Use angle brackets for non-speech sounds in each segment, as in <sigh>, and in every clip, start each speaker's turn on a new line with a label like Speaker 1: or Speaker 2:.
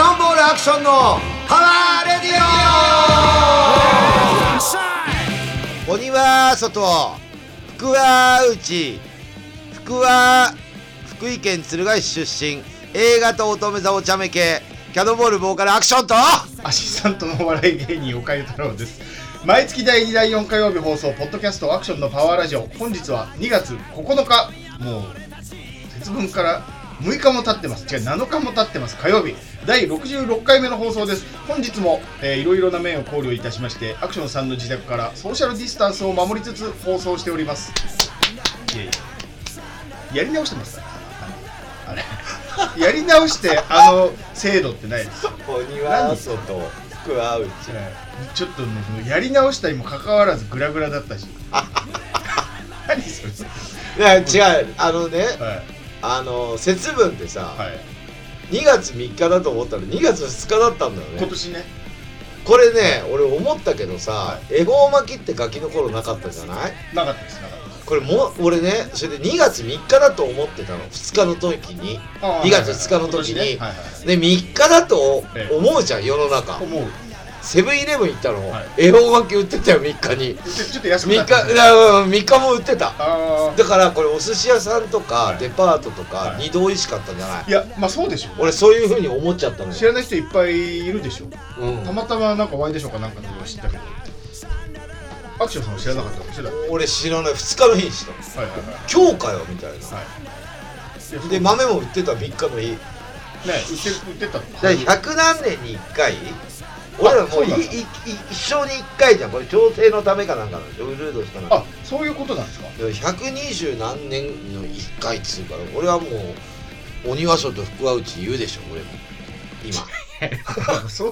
Speaker 1: ションのパワーレディオ鬼は外福は内福は福井県鶴ヶ市出身映画と乙女座お茶目系キャノンボールボーカルアクションと
Speaker 2: アシスタントのお笑い芸人岡ゆ太郎です毎月第2第4火曜日放送ポッドキャストアクションのパワーラジオ本日は2月9日もう節分から6日も経ってます違う7日も経ってます火曜日第66回目の放送です本日も、えーいろいろな面を考慮いたしましてアクションさんの自宅からソーシャルディスタンスを守りつつ放送しておりますいやいややり直してますあれあれやり直してあの制度ってないです
Speaker 1: 鬼
Speaker 2: は
Speaker 1: 外福は内
Speaker 2: ちょっとねやり直したにもかかわらずグラグラだったし <laughs> 何それ
Speaker 1: いや違うあのね
Speaker 2: はい
Speaker 1: あの節分ってさ、
Speaker 2: はい
Speaker 1: 2月3日だと思ったら2月2日だったんだよ
Speaker 2: 今
Speaker 1: ね
Speaker 2: 年ね
Speaker 1: これね俺思ったけどさ、
Speaker 2: は
Speaker 1: 恵方巻きってガキの頃なかったじゃない
Speaker 2: なかったですなかったです
Speaker 1: これも俺ねそれで2月3日だと思ってたの2日の時に
Speaker 2: ああ
Speaker 1: 2月2日の時に
Speaker 2: はいはいはい
Speaker 1: で3日だと
Speaker 2: ええ
Speaker 1: 思うじゃん世の中
Speaker 2: 今年ねはいはい思う
Speaker 1: セブンイレブン行ったの
Speaker 2: はい
Speaker 1: 恵方巻き売ってたよ3日に
Speaker 2: ちょちょっと安
Speaker 1: 3
Speaker 2: く
Speaker 1: 日
Speaker 2: なったね
Speaker 1: うん3日も売ってた
Speaker 2: あ
Speaker 1: だからこれお寿司屋さんとか
Speaker 2: はい
Speaker 1: デパートとか
Speaker 2: はい
Speaker 1: 二度美味しかったんじゃない
Speaker 2: あいやまあそうでしょ
Speaker 1: 俺そういうふうに思っちゃったの
Speaker 2: 知
Speaker 1: よ、
Speaker 2: らない人いっぱいいるでしょ
Speaker 1: うん
Speaker 2: たまたまなんかワイドショーかなんかで知ったけどアクションさんも知らなかったかもしれないは
Speaker 1: 俺知らない2日の日にしたの
Speaker 2: いはいはい
Speaker 1: 今日かよみたいな
Speaker 2: はいいや
Speaker 1: で
Speaker 2: ね
Speaker 1: 豆も売ってた3日の日
Speaker 2: 売って売ってた
Speaker 1: だから100何年に1回俺らもう
Speaker 2: そうなんだ
Speaker 1: いいい一生に1回じゃんこれ調整のためかなんかなんでしょルールとしてなんか
Speaker 2: あそういうことなん
Speaker 1: <laughs>
Speaker 2: ですか
Speaker 1: でも120何年の1回っつうから俺はもう鬼は外福は内言うでしょ俺も今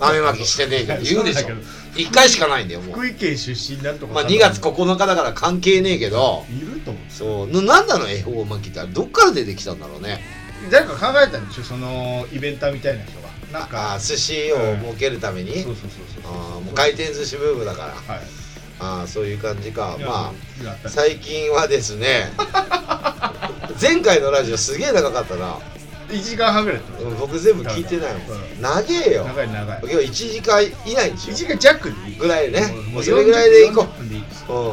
Speaker 1: 豆まきしてねえけど <laughs> 言うでしょ
Speaker 2: <laughs> そうだけど
Speaker 1: 1回しかないんだよもう
Speaker 2: 福井県出身なんとか
Speaker 1: まあ2月9日だから関係ねえけど
Speaker 2: いると思
Speaker 1: そうななんなの恵方巻きってあれどっから出てきたんだろうね
Speaker 2: う誰か考えたんでしょそのイベンターみたいな人がなん
Speaker 1: あ
Speaker 2: か
Speaker 1: あ寿司を儲けるために、
Speaker 2: そうそうそうそう
Speaker 1: ああもう回転寿司ブームだから
Speaker 2: はい
Speaker 1: ああそういう感じか
Speaker 2: いや
Speaker 1: ま
Speaker 2: いやあっ
Speaker 1: あ
Speaker 2: た
Speaker 1: 最近はです
Speaker 2: <laughs>
Speaker 1: ね前回のラジオすげえ長かったな、
Speaker 2: 1時間半ぐらいやって
Speaker 1: う
Speaker 2: ま
Speaker 1: ん、僕全部聞いてないも
Speaker 2: うん
Speaker 1: 長えよ
Speaker 2: す長い長い
Speaker 1: 今日1時間以内にし
Speaker 2: 1時
Speaker 1: よ
Speaker 2: 間弱でいいう
Speaker 1: ぐらいね
Speaker 2: もう
Speaker 1: もうそれぐらいでいこ
Speaker 2: 40分でいいです
Speaker 1: ううんで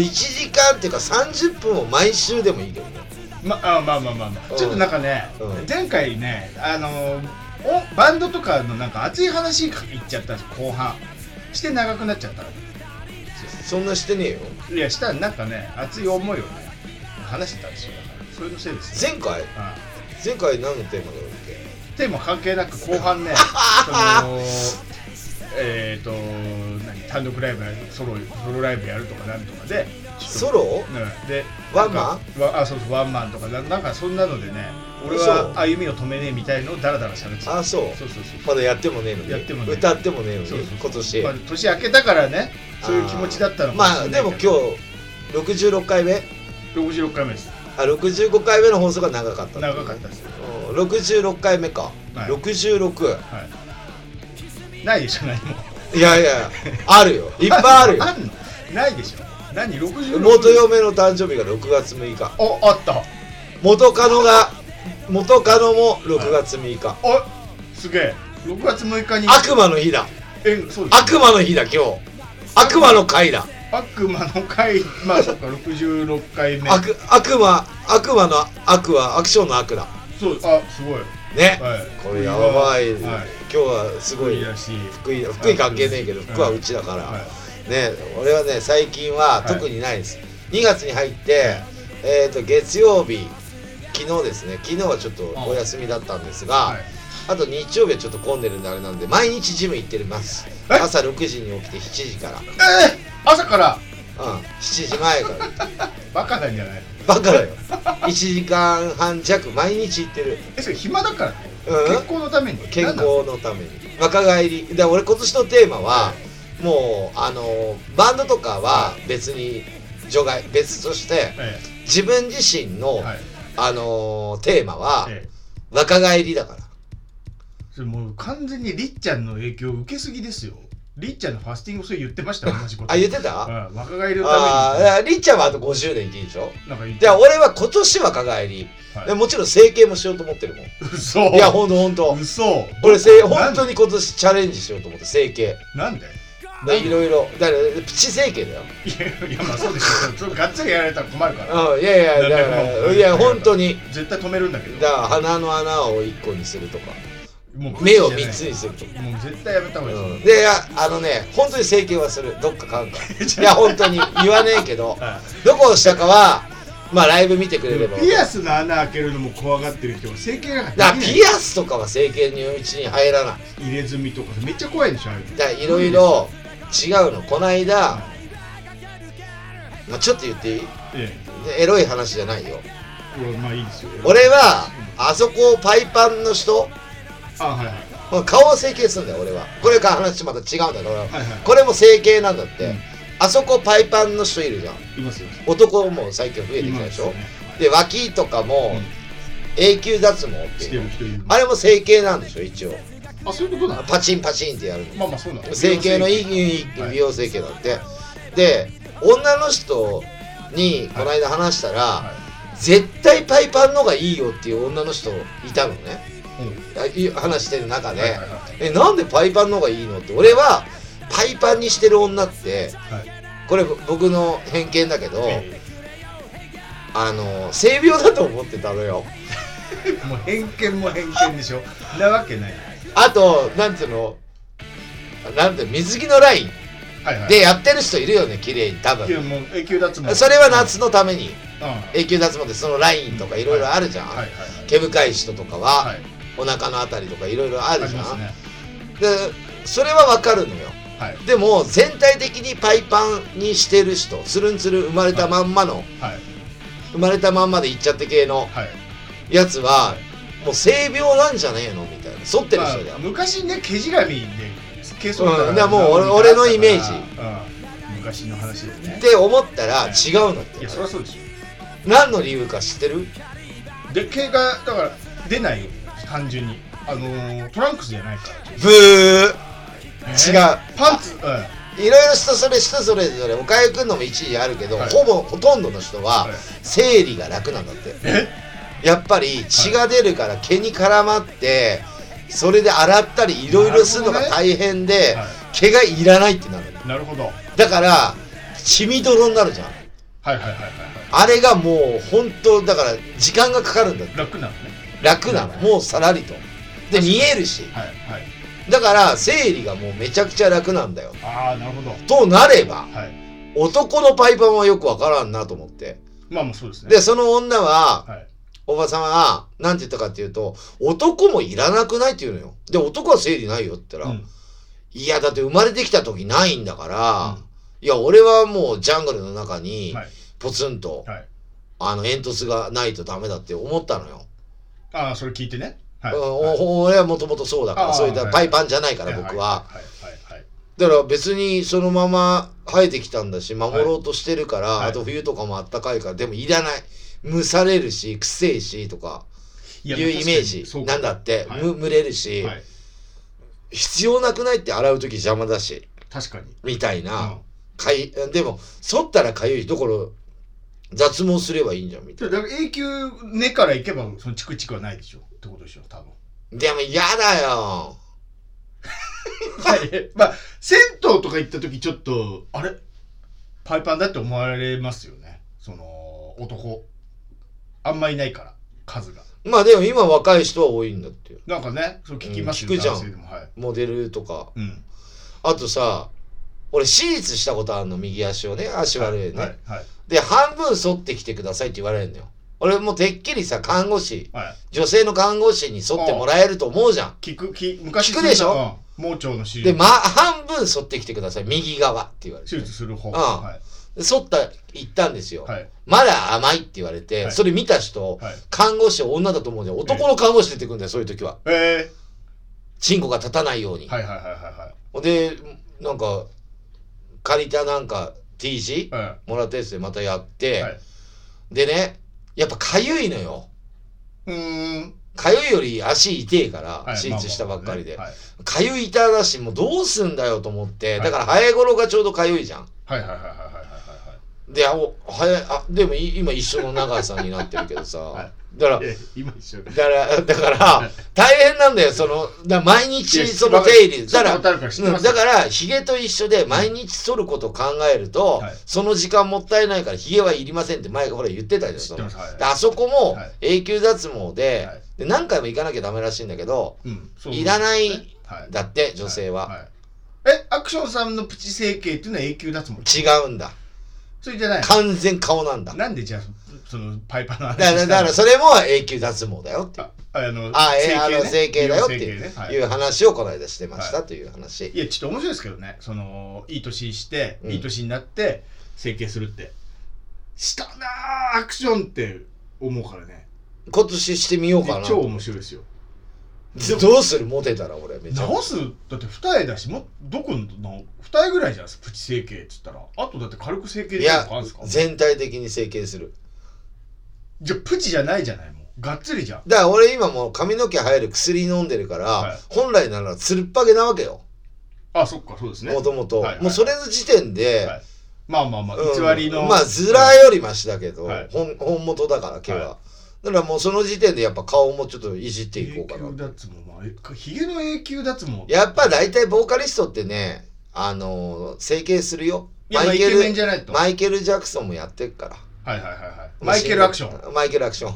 Speaker 1: も1時間っていうか30分を毎週でもいいけどね
Speaker 2: まあまあまあまあまあ
Speaker 1: うん
Speaker 2: ちょっとなんかね
Speaker 1: うん
Speaker 2: 前回ねあのおバンドとかのなんか熱い話いっちゃったんです後半して長くなっちゃった
Speaker 1: そんなしてねえよ
Speaker 2: いやしたらなんかね熱い思いをね話してたんですよだからそれのせいですね
Speaker 1: 前回
Speaker 2: うん
Speaker 1: 前回何のテーマだっけ
Speaker 2: テーマ関係なく後半ねそのえっ、ー、と何単独ライブやるソロソロライブやるとかなんとかで
Speaker 1: ソ
Speaker 2: ロ、
Speaker 1: ロ
Speaker 2: うん、で
Speaker 1: ワンマ
Speaker 2: ンわあそうそうワンマンとかななんかそんなのでね俺
Speaker 1: 嘘
Speaker 2: は歩みを止めねえみたいのをダラダラしゃべってた
Speaker 1: あそう
Speaker 2: そうそうそう
Speaker 1: まだやってもねえのに
Speaker 2: やってもねえ
Speaker 1: 歌ってもねえのに
Speaker 2: そうそうそう
Speaker 1: 今年、
Speaker 2: まあ、年明けだからねそういう気持ちだったの
Speaker 1: まあでも今日66回目
Speaker 2: 日66回目です
Speaker 1: あ65回目の放送が長かった
Speaker 2: 長かったですよ
Speaker 1: うん66回目か、
Speaker 2: はい
Speaker 1: 66
Speaker 2: はいないでしょ何も
Speaker 1: いやいやあるよいっぱいあ
Speaker 2: <laughs>
Speaker 1: るよ
Speaker 2: んのないでしょ何66
Speaker 1: 元嫁の誕生日が6月6日
Speaker 2: おあった
Speaker 1: 元カノが元カノも6月6日、
Speaker 2: あすげえ6月6日に
Speaker 1: 悪魔の日だ
Speaker 2: えそうです
Speaker 1: 悪魔の日だ今日悪魔の回だ
Speaker 2: 悪魔の
Speaker 1: <laughs>
Speaker 2: 回まあそっか66回目
Speaker 1: 悪悪魔悪魔の悪はアクションの悪だ
Speaker 2: そうあすごい
Speaker 1: ね、
Speaker 2: はい
Speaker 1: これやばい、
Speaker 2: はい
Speaker 1: 今日はすご
Speaker 2: すご
Speaker 1: い
Speaker 2: いらしい
Speaker 1: 福井福井関係ねえけど
Speaker 2: はい
Speaker 1: 福はうちだから、
Speaker 2: は
Speaker 1: ね俺はね最近は
Speaker 2: はい
Speaker 1: 特にないです、2月に入って、えー、と月曜日昨日ですね昨日はちょっとお休みだったんですが、
Speaker 2: はい
Speaker 1: あと日曜日はちょっと混んでるんであれなんで毎日ジム行ってます
Speaker 2: え
Speaker 1: 朝6時に起きて7時から、うん、
Speaker 2: えー、朝から
Speaker 1: 7時前から
Speaker 2: バカなんじゃないの
Speaker 1: バカ
Speaker 2: <laughs>
Speaker 1: だよ1時間半弱毎日行ってる
Speaker 2: えそれ暇だからね、
Speaker 1: うん
Speaker 2: 健康のために
Speaker 1: 健
Speaker 2: 何なの
Speaker 1: 康のために若返りだから俺今年のテーマはもうあのバンドとかは別に除外別として
Speaker 2: え
Speaker 1: 自分自身の、
Speaker 2: えはい
Speaker 1: あのテーマは
Speaker 2: ええ
Speaker 1: 若返りだから
Speaker 2: それもう完全にりっちゃんの影響を受けすぎですよりっちゃんのファスティングそれ言ってました同じこと
Speaker 1: あ言ってたあ
Speaker 2: うん若返りの
Speaker 1: あーだ
Speaker 2: た
Speaker 1: からりっちゃんはあと50年生きるでしょ
Speaker 2: めになんか言って
Speaker 1: じゃあ俺は今年若返り、
Speaker 2: はい
Speaker 1: でもちろん整形もしようと思ってるもんい
Speaker 2: 嘘
Speaker 1: やほんとほんと
Speaker 2: 嘘
Speaker 1: 俺せ本当に今年チャレンジしようと思って整形
Speaker 2: なんで
Speaker 1: でいろいろだからプチ整形だよ
Speaker 2: いやいやまあそうでしょそれがっつりやられたら困るから
Speaker 1: うんいやいやだか
Speaker 2: なんで
Speaker 1: ら
Speaker 2: も
Speaker 1: いや本当に
Speaker 2: 絶対止めるんだけど
Speaker 1: だから鼻の穴を1個にするとか
Speaker 2: もう
Speaker 1: 目を3つにするとか、
Speaker 2: もう絶対やめた方がいい、
Speaker 1: うん、でいやあのね本当に整形はするどっか買うか
Speaker 2: ち
Speaker 1: いや本当に言わねえけど
Speaker 2: は
Speaker 1: どこをしたかはまあライブ見てく
Speaker 2: い
Speaker 1: れれば
Speaker 2: ピアスの穴開けるのも怖がってる人は整形なん
Speaker 1: だ
Speaker 2: か
Speaker 1: から
Speaker 2: できない
Speaker 1: ピアスとかは整形にうちに入らない
Speaker 2: 入れ墨とかめっちゃ怖いでしょああいうの
Speaker 1: だからいろいろ違うのこの間、まあ、ちょっと言っていい
Speaker 2: え
Speaker 1: エロい話じゃないよ
Speaker 2: え俺まあいいですよ
Speaker 1: 俺はあそこをパイパンの人
Speaker 2: あはいはい
Speaker 1: 顔を整形するんだよ俺はこれから話また違うんだけど俺は
Speaker 2: はいは
Speaker 1: これも整形なんだって、
Speaker 2: うん
Speaker 1: あそこパイパンの人いるじゃん
Speaker 2: いいますよ
Speaker 1: 男も最近増えてきたでしょ、で脇とかも
Speaker 2: うん
Speaker 1: 永久脱毛って
Speaker 2: して
Speaker 1: いう
Speaker 2: る人いる
Speaker 1: あれも整形なんでしょ一応
Speaker 2: あそういうことだ
Speaker 1: パチンパチンってやるの
Speaker 2: まあまあそうなの
Speaker 1: 整形のいい
Speaker 2: はい
Speaker 1: 美容整形だってで女の人にこの間話したら、
Speaker 2: は
Speaker 1: 絶対パイパンのがいいよっていう女の人いたのね
Speaker 2: いうん
Speaker 1: あい話してる中で、
Speaker 2: はいはいは
Speaker 1: えなんでパイパンの方がいいのって俺はパイパンにしてる女って
Speaker 2: いはい
Speaker 1: これ僕の偏見だけど、
Speaker 2: え
Speaker 1: あの性病だと思ってたのよ
Speaker 2: えもう偏見も偏見でしょなわけない
Speaker 1: あとなんていうのなんていうの水着のライン
Speaker 2: はいはい
Speaker 1: でやってる人いるよね綺麗に多分
Speaker 2: いやもう永久脱毛
Speaker 1: それは夏のために
Speaker 2: うんは
Speaker 1: 永久脱毛でそのラインとかいろいろあるじゃん、
Speaker 2: いはい
Speaker 1: 毛深い人とかは、
Speaker 2: はいはい
Speaker 1: お腹のあたりとかいろいろあ
Speaker 2: あ
Speaker 1: る
Speaker 2: り
Speaker 1: じゃ
Speaker 2: ます
Speaker 1: ん、
Speaker 2: ね
Speaker 1: でそれはわかるのよ
Speaker 2: はい
Speaker 1: でも全体的にパイパンにしてる人つるんつるん生まれたまんまの、
Speaker 2: はい
Speaker 1: 生まれたまんまでいっちゃって系の
Speaker 2: はい
Speaker 1: やつはもう性病なんじゃねえのみたいな剃ってる人だよ、
Speaker 2: まあ昔ね毛じらみで毛剃
Speaker 1: うんだからもう俺俺のイメージ
Speaker 2: うん昔の話ですね
Speaker 1: って思ったら違うんだっ
Speaker 2: い
Speaker 1: て
Speaker 2: やそりゃそうでし
Speaker 1: 何の理由か知ってる
Speaker 2: ょで毛がだから出ないよ単純にあのートランクスじゃないから
Speaker 1: ブー違う
Speaker 2: うパンツうん
Speaker 1: いろいろ人それ人それぞれおかゆくんのも一理あるけど、
Speaker 2: はい
Speaker 1: ほぼほとんどの人は
Speaker 2: はい
Speaker 1: 生理が楽なんだって
Speaker 2: え
Speaker 1: やっぱり血が出るから毛に絡まってそれで洗ったりいろいろするのが大変で、
Speaker 2: は
Speaker 1: 毛がいらないってなるの
Speaker 2: いなるほどはい
Speaker 1: だから血みどろになるじゃん
Speaker 2: はいはいはいはい
Speaker 1: あれがもう本当だから時間がかかるんだって
Speaker 2: 楽なのね
Speaker 1: 楽なのもうさらりとで見えるし
Speaker 2: はいはい
Speaker 1: だから生理がもうめちゃくちゃ楽なんだよ
Speaker 2: ああなるほど
Speaker 1: となれば
Speaker 2: はい
Speaker 1: 男のパイパンはよくわからんなと思って
Speaker 2: まあもうそうですね
Speaker 1: でその女は
Speaker 2: はい
Speaker 1: おばさまは何て言ったかっていうと男もいらなくないって言うのよで男は生理ないよって言ったら、
Speaker 2: うん
Speaker 1: いやだって生まれてきた時ないんだから、
Speaker 2: うん
Speaker 1: いや俺はもうジャングルの中に
Speaker 2: はい
Speaker 1: ポツンと、
Speaker 2: はい
Speaker 1: あの煙突がないとダメだって思ったのよ、
Speaker 2: ああそれ聞いてねはい
Speaker 1: うん
Speaker 2: はい
Speaker 1: お俺はもともとそうだか
Speaker 2: あ
Speaker 1: ら
Speaker 2: ー
Speaker 1: そういった
Speaker 2: はい
Speaker 1: パイパンじゃないから
Speaker 2: い
Speaker 1: 僕は
Speaker 2: はいはいはい
Speaker 1: だから別にそのまま生えてきたんだし守ろうとしてるから、
Speaker 2: はい
Speaker 1: あと冬とかもあったかいからでもいらない蒸されるしくせえしとか
Speaker 2: い
Speaker 1: い
Speaker 2: や
Speaker 1: うイメージ
Speaker 2: そうか
Speaker 1: なんだって、
Speaker 2: はい
Speaker 1: む蒸れるし、
Speaker 2: はい
Speaker 1: 必要なくないって洗う時邪魔だし
Speaker 2: 確かに
Speaker 1: みたいな、
Speaker 2: う
Speaker 1: かいでも剃ったらかゆいところ脱毛すればいいんじゃんみたい
Speaker 2: んだから永久根からいけばそのチクチクはないでしょってことでしょ多分
Speaker 1: なでも嫌だよ
Speaker 2: はい <laughs> まあ銭湯とか行った時ちょっとあれパイパンだって思われますよねその男あんまいないから数が
Speaker 1: まあでも今若い人は多いんだってよ
Speaker 2: なんかねそう聞きますよ、
Speaker 1: うん聞くじゃん
Speaker 2: 男性でもはい
Speaker 1: モデルとか
Speaker 2: うん
Speaker 1: あとさ俺手術したことあるの右足をね足悪いね、
Speaker 2: はいはい
Speaker 1: で半分剃ってきてくださいって言われるのよ俺もうてっきりさ看護師
Speaker 2: はい
Speaker 1: 女性の看護師に剃ってもらえると思うじゃん
Speaker 2: 聞くき昔
Speaker 1: 聞くでし
Speaker 2: ょ
Speaker 1: ょ、
Speaker 2: うん盲腸の手術
Speaker 1: で、ま、半分剃ってきてください右側って言われ
Speaker 2: 手
Speaker 1: て
Speaker 2: 術する方
Speaker 1: ん
Speaker 2: は
Speaker 1: で剃った行ったんですよ、
Speaker 2: いはい
Speaker 1: まだ甘いって言われて、
Speaker 2: はい
Speaker 1: それ見た人
Speaker 2: はい
Speaker 1: 看護師女だと思うじゃん男の看護師出てくるんだよそういう時は
Speaker 2: え
Speaker 1: チンコが立たないように、
Speaker 2: ー、はいはいはいは
Speaker 1: でなんか借りたなんか T 字
Speaker 2: いはいは
Speaker 1: もらったやつでまたやって、
Speaker 2: いはい
Speaker 1: でねやっぱかゆいのよ
Speaker 2: うーん
Speaker 1: かゆいより足痛えから、
Speaker 2: はい
Speaker 1: 手術したばっかりで
Speaker 2: まあま
Speaker 1: かゆ、い痛だしもうどうすんだよと思って、
Speaker 2: い
Speaker 1: だから早頃がちょうどかゆいじゃん
Speaker 2: あねはいはいはいはいはいはいはい
Speaker 1: であお早いあでもい今一緒の長さになってるけどさ、
Speaker 2: <laughs> は
Speaker 1: だから
Speaker 2: いや今一緒で。
Speaker 1: だから、だから、大変なんだよ、その、だから毎日、その手入れ。だ
Speaker 2: だ
Speaker 1: か、
Speaker 2: からら、知って
Speaker 1: う
Speaker 2: ま
Speaker 1: ん
Speaker 2: す
Speaker 1: だから、ヒゲと一緒で、毎日剃ることを考えると、
Speaker 2: はい
Speaker 1: その時間もったいないから、ヒゲはいりませんって前、ほら言ってたじゃん、
Speaker 2: 知
Speaker 1: そ
Speaker 2: って
Speaker 1: の。
Speaker 2: ま。
Speaker 1: です
Speaker 2: はい
Speaker 1: あそこも
Speaker 2: はい
Speaker 1: 永久脱毛で,、
Speaker 2: はい
Speaker 1: で、何回も行かなきゃダメらしいんだけど、
Speaker 2: うんそう
Speaker 1: いらない
Speaker 2: はい
Speaker 1: だって、女性は。
Speaker 2: いいえ、アクションさんのプチ整形っていうのは永久脱毛
Speaker 1: 違うんだ。
Speaker 2: それじゃない
Speaker 1: 完全顔なんだ。だ
Speaker 2: なんでじゃあ、そのパイパーの話
Speaker 1: から、だからそれも永久脱毛だよって
Speaker 2: ああの、
Speaker 1: あえあの整
Speaker 2: 整
Speaker 1: 形
Speaker 2: 形ね
Speaker 1: だよって
Speaker 2: 美容整形ねはい
Speaker 1: い
Speaker 2: いう
Speaker 1: 話をこの間してました、という話。
Speaker 2: や、ちょっと面白いですけどね。その、いい年して、
Speaker 1: うん
Speaker 2: いい年になって、整形するって。したなあアクションって思うからね。
Speaker 1: 今年してみようかな。
Speaker 2: 超面白いですよ。
Speaker 1: どうするモテたら俺めちゃくちゃ
Speaker 2: 直すだって二重だしもどこの二重ぐらいじゃないですかプチ整形っつったらあとだって軽く整形
Speaker 1: い
Speaker 2: できる
Speaker 1: や
Speaker 2: とかあるんですか
Speaker 1: 全体的に整形する
Speaker 2: じゃあプチじゃないじゃないもうがっつりじゃん
Speaker 1: だから俺今もう髪の毛生える薬飲んでるから、
Speaker 2: はい
Speaker 1: 本来ならつるっぱげなわけよ
Speaker 2: あそっかそうですね
Speaker 1: もともと
Speaker 2: はいはい
Speaker 1: もうそれの時点で、
Speaker 2: はいまあまあまあ
Speaker 1: うん
Speaker 2: 偽りの、
Speaker 1: まあずらよりマシだけど、
Speaker 2: はい
Speaker 1: 本本元だから毛は、
Speaker 2: は
Speaker 1: だからもうその時点でやっぱ顔もちょっといじっていこ
Speaker 2: 永
Speaker 1: うかな
Speaker 2: 久脱毛まあえひげの永久脱毛
Speaker 1: やっぱ大体ボーカリストってねあのー整形するよ
Speaker 2: いやまあ
Speaker 1: マイ
Speaker 2: イ
Speaker 1: ケ
Speaker 2: ケメン
Speaker 1: ル
Speaker 2: じゃないとは
Speaker 1: マイケル・ジャクソンもやってっから
Speaker 2: いはいはいはいマイケルアクション
Speaker 1: ンマイケルアクション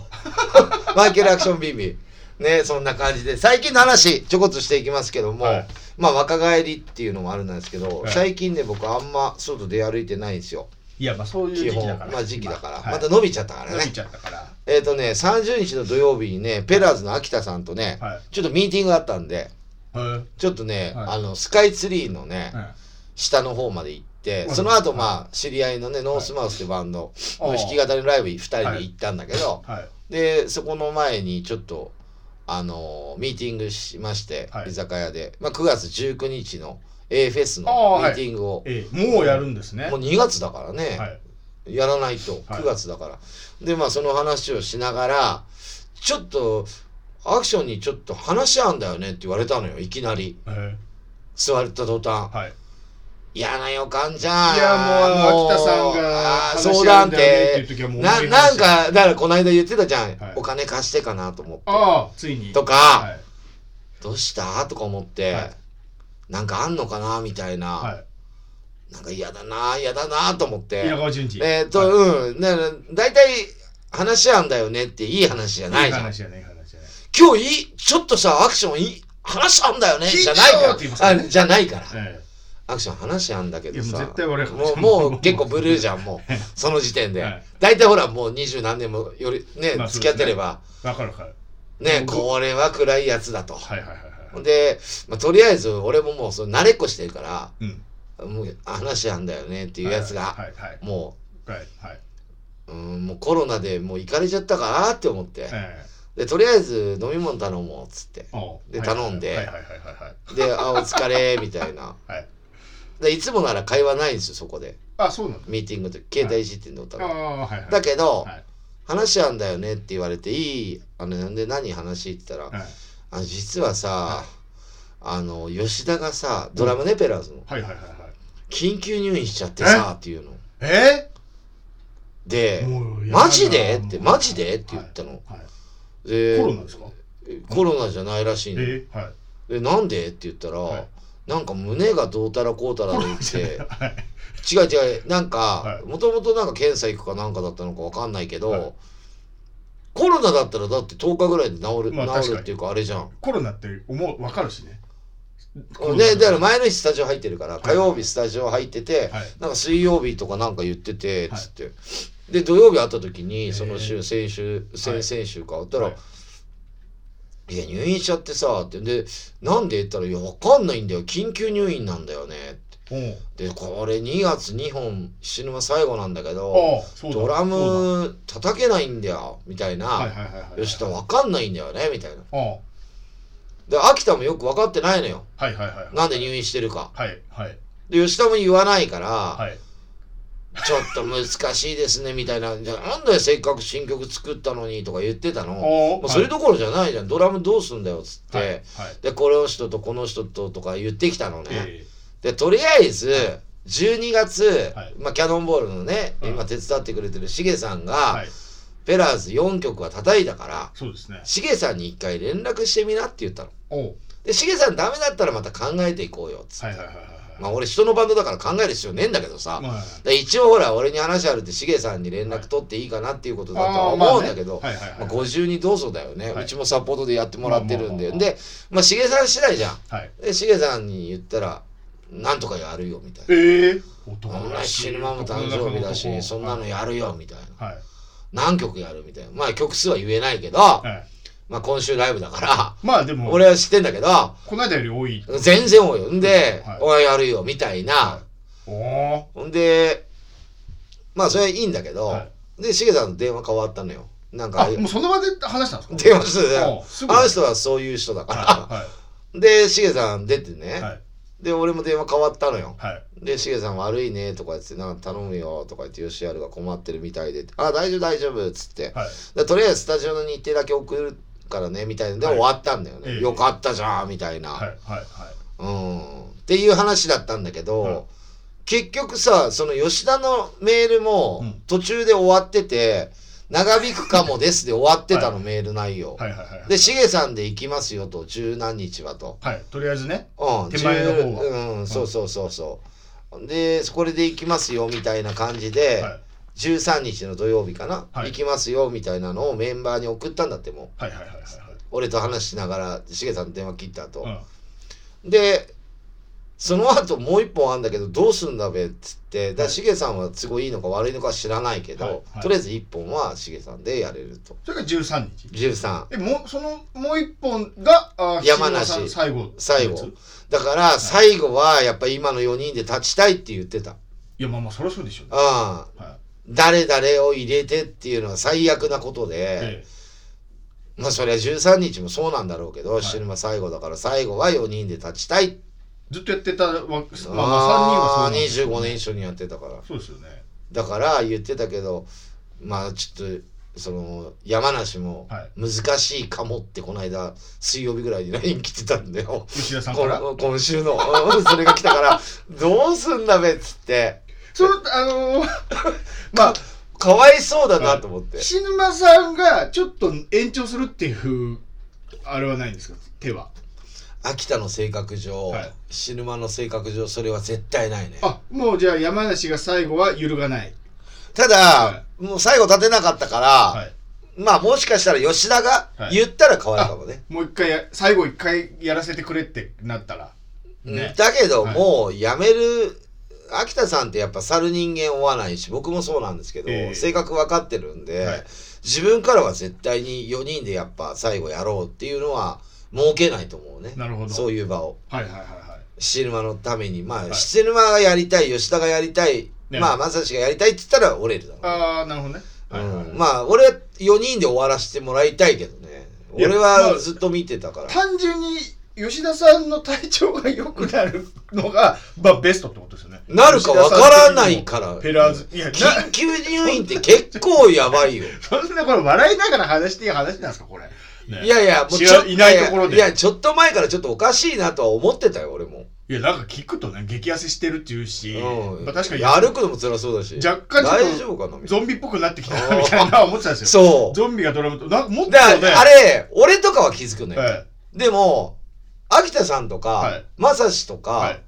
Speaker 1: <laughs> マイケルアクションビビねそんな感じで最近の話ちょこっとしていきますけども、
Speaker 2: はい
Speaker 1: まあ若返りっていうのもあるんですけど、
Speaker 2: はい
Speaker 1: 最近ね僕あんま外出歩いてないんですよ
Speaker 2: いやまあそういう
Speaker 1: 基
Speaker 2: 時期
Speaker 1: 本
Speaker 2: だから
Speaker 1: まあ時期だから、
Speaker 2: はい
Speaker 1: また伸びちゃったから
Speaker 2: 伸び
Speaker 1: ね
Speaker 2: ちゃったから
Speaker 1: えっ、とね30日の土曜日にねペラーズの秋田さんとね、
Speaker 2: はい
Speaker 1: ちょっとミーティングがあったんで
Speaker 2: はい
Speaker 1: ちょっとね、
Speaker 2: はい
Speaker 1: あのスカイツリーのね、
Speaker 2: うん
Speaker 1: 下の方まで行って、
Speaker 2: はい
Speaker 1: その後まあ知り合いのねノースマウスってバンド、の弾き語りのライブ2人で行ったんだけど、
Speaker 2: はい
Speaker 1: でそこの前にちょっとあのーミーティングしまして、
Speaker 2: はい
Speaker 1: 居酒屋で、まあ、9月19日の A フェスの
Speaker 2: あー
Speaker 1: ミ
Speaker 2: はい
Speaker 1: ーティングを、
Speaker 2: ええもうやるんですね
Speaker 1: もう2月だからね、
Speaker 2: はい
Speaker 1: やらないと
Speaker 2: はい
Speaker 1: 9月だから、でまあその話をしながらちょっとアクションにちょっと話し合うんだよねって言われたのよいきなり
Speaker 2: え
Speaker 1: 座った途端
Speaker 2: えはい
Speaker 1: 嫌な予感じゃん
Speaker 2: いやもうあの
Speaker 1: もう
Speaker 2: 秋田さんが
Speaker 1: あー
Speaker 2: 話し
Speaker 1: 相
Speaker 2: 合う
Speaker 1: 談っ
Speaker 2: んだよね
Speaker 1: て
Speaker 2: っていう時はもう
Speaker 1: ななんかだからこの間言ってたじゃん、
Speaker 2: はい
Speaker 1: お金貸してかなと思って
Speaker 2: ああついに
Speaker 1: とか、
Speaker 2: はい
Speaker 1: どうしたとか思って、
Speaker 2: はい
Speaker 1: なんかあんのかなみたいな、
Speaker 2: は
Speaker 1: なんか嫌だな嫌だなと思っ
Speaker 2: い稲
Speaker 1: て
Speaker 2: 川淳二
Speaker 1: えーっと、
Speaker 2: はい
Speaker 1: うんだから大体話し合うんだよねっていい話じゃない
Speaker 2: い
Speaker 1: じゃん
Speaker 2: 話じゃないい話じゃない
Speaker 1: 今日いいちょっとさアクションいい話し合うんだよね
Speaker 2: 聞い
Speaker 1: じ
Speaker 2: て
Speaker 1: ゃ
Speaker 2: よ
Speaker 1: ない
Speaker 2: って言います
Speaker 1: か、
Speaker 2: かららね
Speaker 1: あじゃないから
Speaker 2: え
Speaker 1: アクション話し合うんだけど
Speaker 2: いや
Speaker 1: さ
Speaker 2: もう絶対俺話
Speaker 1: もうも
Speaker 2: <laughs>
Speaker 1: う結構ブルーじゃんもうその時点で、
Speaker 2: はい
Speaker 1: 大体ほらもう二十何年もよりね、
Speaker 2: まあそうです
Speaker 1: 付き
Speaker 2: ね
Speaker 1: 合ってれば
Speaker 2: えわかるわかる
Speaker 1: ね
Speaker 2: 僕
Speaker 1: これは暗いやつだと、
Speaker 2: はいはいはいはい
Speaker 1: で、まあ、とりあえず俺ももうその慣れっこしてるから
Speaker 2: うん
Speaker 1: もう話なんだよねっていうやつが、
Speaker 2: はいはい
Speaker 1: も
Speaker 2: はいはい、
Speaker 1: ううんもうコロナでもう行かれちゃったかなって思って、
Speaker 2: え
Speaker 1: でとりあえず飲み物頼もうっつって
Speaker 2: えおう
Speaker 1: で
Speaker 2: はい
Speaker 1: 頼んで
Speaker 2: はいはいはいはいはい <laughs>
Speaker 1: で「あお疲れ」みたいな
Speaker 2: はい
Speaker 1: でいつもなら会話ないんですよそこで
Speaker 2: あそうなんだ
Speaker 1: ミーティングで携帯いじってんのお
Speaker 2: あ
Speaker 1: 互い、
Speaker 2: あはいはい
Speaker 1: だけど、
Speaker 2: はい
Speaker 1: 話し合うんだよねって言われて「いいあのなんで何話?」って言ったら「
Speaker 2: はい
Speaker 1: あの実はさ、
Speaker 2: は
Speaker 1: あの吉田がさドラムね、ペラーズの
Speaker 2: はいはいはいはい
Speaker 1: 緊急入院しちゃってさ」っていうの
Speaker 2: え
Speaker 1: で
Speaker 2: えも
Speaker 1: 「
Speaker 2: うやだ
Speaker 1: マジで?」って「マジで?」って言
Speaker 2: は
Speaker 1: ったの。
Speaker 2: いはい
Speaker 1: で
Speaker 2: コロナですか
Speaker 1: コロナじゃないらしいの、
Speaker 2: ええはい
Speaker 1: でなんでって言ったら、
Speaker 2: はい
Speaker 1: なんか胸がどうたらこうたらで言って
Speaker 2: はい
Speaker 1: 違う違うなんか
Speaker 2: はい
Speaker 1: もともとなんか検査行くかなんかだったのかわかんないけど、
Speaker 2: はい
Speaker 1: コロナだったらだって10日ぐらいで治る、
Speaker 2: まあ確
Speaker 1: 治
Speaker 2: か
Speaker 1: る
Speaker 2: に
Speaker 1: っていうかあれじゃん。
Speaker 2: コロナって思うわかるしねコロナ
Speaker 1: ね、だから前の日スタジオ入ってるから火曜日スタジオ入ってて、
Speaker 2: はい
Speaker 1: なんか水曜日とかなんか言っててつって、で土曜日会った時にその
Speaker 2: へ
Speaker 1: 週
Speaker 2: え
Speaker 1: 先週
Speaker 2: は
Speaker 1: 先
Speaker 2: い
Speaker 1: 々週か会ったら、
Speaker 2: はい
Speaker 1: いや入院しちゃってさってでなんで言ったら「いやわかんないんだよ緊急入院なんだよね
Speaker 2: おう」
Speaker 1: でこれ2月2本死ぬ間最後なんだけど
Speaker 2: ああそうだ
Speaker 1: ドラ
Speaker 2: そう
Speaker 1: ム叩けないんだよみたいな「
Speaker 2: だはいはいはいはい
Speaker 1: よしとわかんないんだよね」みたいな
Speaker 2: ああ
Speaker 1: で秋田もよく分かってないのよ
Speaker 2: はいはいはいはい
Speaker 1: なんで入院してるか
Speaker 2: はいはい
Speaker 1: で吉田も言わないから、
Speaker 2: はい
Speaker 1: ちょっと難しいですねみたいな「じゃあなんだよせっかく新曲作ったのに」とか言ってたの
Speaker 2: おー
Speaker 1: もうそれどころじゃないじゃんドラムどうすんだよっつって、
Speaker 2: はいはい
Speaker 1: でこの人とこの人ととか言ってきたのね、
Speaker 2: え
Speaker 1: でとりあえず12月、
Speaker 2: はい
Speaker 1: まあ、キャノンボールのね、
Speaker 2: うん
Speaker 1: 今手伝ってくれてるシゲさんが、
Speaker 2: ーはい
Speaker 1: ペラーズ4曲は叩いたから
Speaker 2: そうですね
Speaker 1: シゲさんに一回連絡してみなって言ったの
Speaker 2: おお
Speaker 1: でシゲさんダメだったらまた考えていこうよっつって、
Speaker 2: はいはいはいはい
Speaker 1: まあ俺人のバンドだから考える必要ねえんだけどさ、
Speaker 2: まあ
Speaker 1: で一応ほら俺に話あるってシゲさんに連絡取っていいかなっていうことだとは
Speaker 2: あーまあ
Speaker 1: 思うん
Speaker 2: ね
Speaker 1: だけど、
Speaker 2: はいはいはい
Speaker 1: まあ、52どうぞだよね、
Speaker 2: はいう
Speaker 1: ちもサポートでやってもらってるんで、
Speaker 2: まあまあまあまあ
Speaker 1: でまあシゲさん次第じゃん
Speaker 2: はい
Speaker 1: でシゲさんに言ったらなんとかやるよみたいな
Speaker 2: ええ
Speaker 1: 俺は死ぬまま誕生日だしそんなのやるよみたいな
Speaker 2: はい
Speaker 1: 何曲やるみたいなまあ曲数は言えないけど、
Speaker 2: はい
Speaker 1: まあ今週ライブだから
Speaker 2: まあでも
Speaker 1: 俺は知ってんだけど
Speaker 2: この間より多い
Speaker 1: 全然多いよんで、
Speaker 2: はい
Speaker 1: 俺やるよみたいな
Speaker 2: はおお
Speaker 1: ほんでまあそれはいいんだけど、
Speaker 2: は
Speaker 1: でしげさんの電話変わったのよなんか
Speaker 2: あもうその場で話したんですか
Speaker 1: 電話してた
Speaker 2: お
Speaker 1: よ
Speaker 2: うすぐ
Speaker 1: あの人はそういう人だから、
Speaker 2: は
Speaker 1: でしげさん出てね、
Speaker 2: いはい
Speaker 1: で俺も電話変わったのよ、
Speaker 2: はい
Speaker 1: で、しげさん悪いねとか言って、なんか頼むよとか言って、よしやるが困ってるみたいで、あ、大丈夫大丈夫っつって、
Speaker 2: はい
Speaker 1: でとりあえずスタジオの日程だけ送るからねみたいなで
Speaker 2: はい
Speaker 1: 終わったんだよね、
Speaker 2: ええ
Speaker 1: よかったじゃんみたいな、
Speaker 2: はいはいはい
Speaker 1: うんっていう話だったんだけど、
Speaker 2: はい
Speaker 1: 結局さその吉田のメールも
Speaker 2: うん
Speaker 1: 途中で終わってて「長引くかもです」で終わってたの、
Speaker 2: は
Speaker 1: メール内容、
Speaker 2: はいはいはい
Speaker 1: でしげさんで行きますよと十何日はと。
Speaker 2: はいとりあえずね
Speaker 1: うん、
Speaker 2: 手前の方は
Speaker 1: 十うん、そうそうそうそう。で、これで行きますよみたいな感じで、
Speaker 2: はい
Speaker 1: 13日の土曜日かな、
Speaker 2: はい
Speaker 1: 行きますよみたいなのをメンバーに送ったんだってもう。
Speaker 2: はいはいはいはいはい
Speaker 1: 俺と話しながら、しげさんの電話切った後
Speaker 2: う。ん
Speaker 1: で、その後もう一本あんだけど、どうすんだべっつって、だ
Speaker 2: はい
Speaker 1: しげさんは都合いいのか悪いのかは知らないけど、
Speaker 2: はいはい
Speaker 1: とりあえず一本はしげさんでやれると。
Speaker 2: それが13日
Speaker 1: 13。
Speaker 2: えもうそのもう一本があー
Speaker 1: 山梨
Speaker 2: 七五三最後
Speaker 1: 最後。だから、最後はやっぱ今の4人で立ちたいって言ってた。
Speaker 2: いやまあまあそりゃそうでしょうね
Speaker 1: うん。
Speaker 2: はい
Speaker 1: 誰々を入れてっていうのは最悪なことで、
Speaker 2: え
Speaker 1: まあそりゃ13日もそうなんだろうけど、
Speaker 2: い
Speaker 1: シルマ最後だから最後は4人で立ちたい。
Speaker 2: えずっとやってたわまあまあ3人
Speaker 1: あ
Speaker 2: はそうなん
Speaker 1: ー
Speaker 2: ですよ
Speaker 1: 25年一緒にやってたから。
Speaker 2: そうですよね
Speaker 1: だから言ってたけど、まあちょっと、その山梨も
Speaker 2: はい
Speaker 1: 難しいかもってこの間水曜日ぐらいに LINE 来てたんだよ。
Speaker 2: 吉田さんか
Speaker 1: こ
Speaker 2: ら
Speaker 1: の今週の、うんそれが来たから、どうすんだべっつって、
Speaker 2: そのあのー <laughs> まあ
Speaker 1: かわいそうだなと思って。
Speaker 2: 菱沼さんがちょっと延長するっていうあれはないんですか手は
Speaker 1: 秋田の性格上、
Speaker 2: はい
Speaker 1: 死ぬ間の性格上それは絶対ないね
Speaker 2: あもうじゃあ山梨が最後は揺るがない
Speaker 1: ただ、
Speaker 2: は
Speaker 1: もう最後立てなかったから、
Speaker 2: はい
Speaker 1: まあもしかしたら吉田が
Speaker 2: はい
Speaker 1: 言ったら変わるかもね、
Speaker 2: もう一回や最後一回やらせてくれってなったらね
Speaker 1: だけど、
Speaker 2: はい
Speaker 1: もうやめる秋田さんってやっぱ去る人間追わないし僕もそうなんですけど、
Speaker 2: ええ
Speaker 1: 性格分かってるんで、
Speaker 2: はい
Speaker 1: 自分からは絶対に4人でやっぱ最後やろうっていうのは設けないと思うね
Speaker 2: なるほど
Speaker 1: そういう場を
Speaker 2: はいはいはいはい
Speaker 1: シルマのためにまあ、
Speaker 2: い
Speaker 1: シルマがやりたい吉田がやりたい、
Speaker 2: ね
Speaker 1: まあ正志がやりたいって言ったら折れるだろうね
Speaker 2: ああなるほどね、はいはいはい
Speaker 1: うんまあ俺は4人で終わらせてもらいたいけどね
Speaker 2: いや
Speaker 1: 俺
Speaker 2: ま
Speaker 1: は
Speaker 2: あ
Speaker 1: ずっと見てたから、
Speaker 2: 単純に吉田さんの体調が良くなるのが、まあ、ベストってことですよね
Speaker 1: なるかわからないから
Speaker 2: ペラーズいやな
Speaker 1: 緊急入院って結構やばいよ
Speaker 2: そんなこれ笑いながら話していい話なんですかこれ、ね
Speaker 1: いやいやもう
Speaker 2: 知
Speaker 1: ちょ
Speaker 2: らいないところで
Speaker 1: いやいやちょっと前からちょっとおかしいなとは思ってたよ俺も、
Speaker 2: いやなんか聞くとね激痩せしてるっていうし、
Speaker 1: うん
Speaker 2: まあ、確かに
Speaker 1: 歩くのも辛そうだし
Speaker 2: 若干ちょっと
Speaker 1: 大丈夫かなみたい
Speaker 2: ゾンビっぽくなってきたなみたいな思ってたんです
Speaker 1: な
Speaker 2: よ
Speaker 1: そう
Speaker 2: ゾンビがドラムとなんかもっとね
Speaker 1: だからあれ俺とかは気づくのよ、
Speaker 2: はい
Speaker 1: でも秋田さんと
Speaker 2: は
Speaker 1: か
Speaker 2: い
Speaker 1: まさしと
Speaker 2: は
Speaker 1: か
Speaker 2: い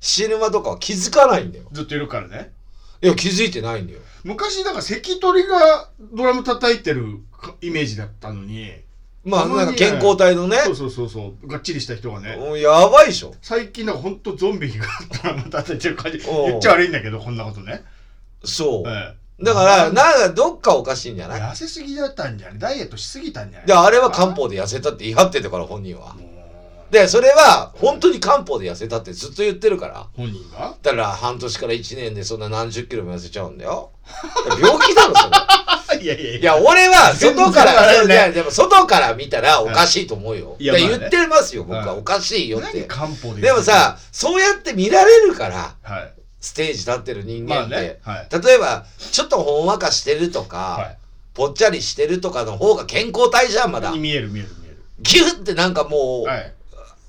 Speaker 1: 死ぬ間とかは気づかないんだよ
Speaker 2: ずっといるからね
Speaker 1: いや気づいてないんだよ
Speaker 2: 昔なんか関取がドラム叩いてるかイメージだったのに
Speaker 1: まあ
Speaker 2: たま
Speaker 1: なん
Speaker 2: に
Speaker 1: か健康体のね
Speaker 2: そうそうそうそうがっちりした人がね
Speaker 1: うんやばいでしょ
Speaker 2: 最近なんかほんとゾンビがドラム叩いてる感じ
Speaker 1: おう
Speaker 2: 言っちゃ悪いんだけどこんなことね、
Speaker 1: そう、
Speaker 2: え
Speaker 1: だからなんかどっかおかしいんじゃ
Speaker 2: え
Speaker 1: ない
Speaker 2: 痩せすぎだったんじゃないダイエットしすぎたんじゃない
Speaker 1: であれは漢方で痩せたって言い張ってたから本人は
Speaker 2: もう
Speaker 1: でそれは本当に漢方で痩せたってずっと言ってるから
Speaker 2: 本人が
Speaker 1: だから半年から1年でそんな何十キロも痩せちゃうんだよ病気だろそ
Speaker 2: <laughs>
Speaker 1: れ
Speaker 2: いやいやい
Speaker 1: いや俺は外か
Speaker 2: 全然あ
Speaker 1: ら、
Speaker 2: れ
Speaker 1: い
Speaker 2: ね
Speaker 1: やでも外から見たらおかしいと思うよ、
Speaker 2: いや
Speaker 1: で
Speaker 2: まあね
Speaker 1: 言ってますよ僕は、
Speaker 2: はい
Speaker 1: おかしいよっ
Speaker 2: 何
Speaker 1: て
Speaker 2: 漢方で
Speaker 1: でもさそうやって見られるから
Speaker 2: はい
Speaker 1: ステージ立ってる人
Speaker 2: ま
Speaker 1: 間
Speaker 2: あ
Speaker 1: って、
Speaker 2: ねはい
Speaker 1: 例えばちょっとほんわかしてるとか、
Speaker 2: は
Speaker 1: ぽっちゃりしてるとかの方が健康体じゃんまだ
Speaker 2: いに見える見える見える
Speaker 1: ギュってなんかもう、
Speaker 2: はい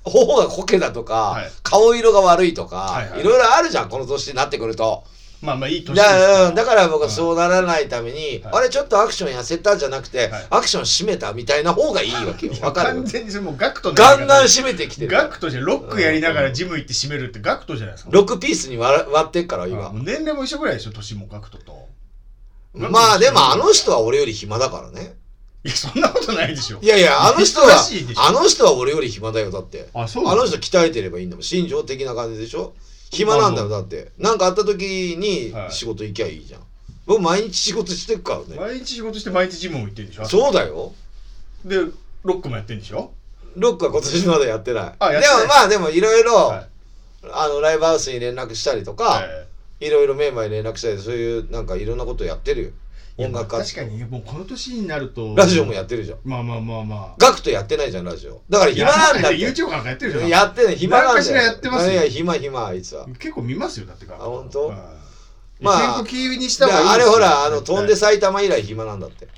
Speaker 1: 頬がこけだとか、
Speaker 2: はい
Speaker 1: 顔色が悪いとか、
Speaker 2: はい
Speaker 1: い
Speaker 2: はい
Speaker 1: ろいろあるじゃんこの年になってくると
Speaker 2: まあまあいい年
Speaker 1: だからだから僕は
Speaker 2: う
Speaker 1: そうならないために、
Speaker 2: はい
Speaker 1: あれちょっとアクション痩せたじゃなくて、
Speaker 2: はい
Speaker 1: アクション締めたみたいな方がいいわけよわかる
Speaker 2: <laughs> 完全にそれもうガクト
Speaker 1: ガンガン締めてきてる
Speaker 2: ガクトじゃロックやりながらジム行って締めるってガクトじゃないですか
Speaker 1: 6ピースに割ら割ってっから
Speaker 2: あ
Speaker 1: 今
Speaker 2: もう年齢も一緒ぐらいでしょ年もガクトと
Speaker 1: まあでもあの人は俺より暇だからね
Speaker 2: いやそんなことないでしょ
Speaker 1: いやいやあの
Speaker 2: <laughs>
Speaker 1: 人は
Speaker 2: 忙しいでしょ
Speaker 1: あの人は俺より暇だよだって
Speaker 2: あそう
Speaker 1: あの人鍛えてればいいんだもん心情的な感じでしょ暇なんだよだって何かあった時に
Speaker 2: はい
Speaker 1: 仕事行きゃいいじゃん、僕毎日仕事してるからね
Speaker 2: 毎日仕事して毎日ジムも行ってるでしょ
Speaker 1: そうだよ
Speaker 2: でロックもやってるんでしょ
Speaker 1: ロックは今年まだやってない
Speaker 2: あやっ
Speaker 1: で
Speaker 2: てない
Speaker 1: もまあでもいろいろ、
Speaker 2: はい
Speaker 1: あのライブハウスに連絡したりとか、
Speaker 2: え
Speaker 1: いろいろメンバーに連絡したりそういうなんかいろんなことやってるよ
Speaker 2: え
Speaker 1: 音楽
Speaker 2: いや
Speaker 1: 家
Speaker 2: 確かにもうこの年になると
Speaker 1: ラジオもやってるじゃん
Speaker 2: まあまあまあま
Speaker 1: ガクトやってないじゃんラジオだから
Speaker 2: あ
Speaker 1: 暇なんだって
Speaker 2: や YouTube からやってるじゃん
Speaker 1: やってない暇なんだよ
Speaker 2: 何かしらやってますよ
Speaker 1: いや暇暇あいつは
Speaker 2: 結構見ますよだってガクト
Speaker 1: あ本当
Speaker 2: うん
Speaker 1: まあ
Speaker 2: 一線小切りにした
Speaker 1: だ
Speaker 2: 方
Speaker 1: か
Speaker 2: がいい
Speaker 1: らあれほらあの飛んで
Speaker 2: す
Speaker 1: 埼玉以来暇なんだって
Speaker 2: よ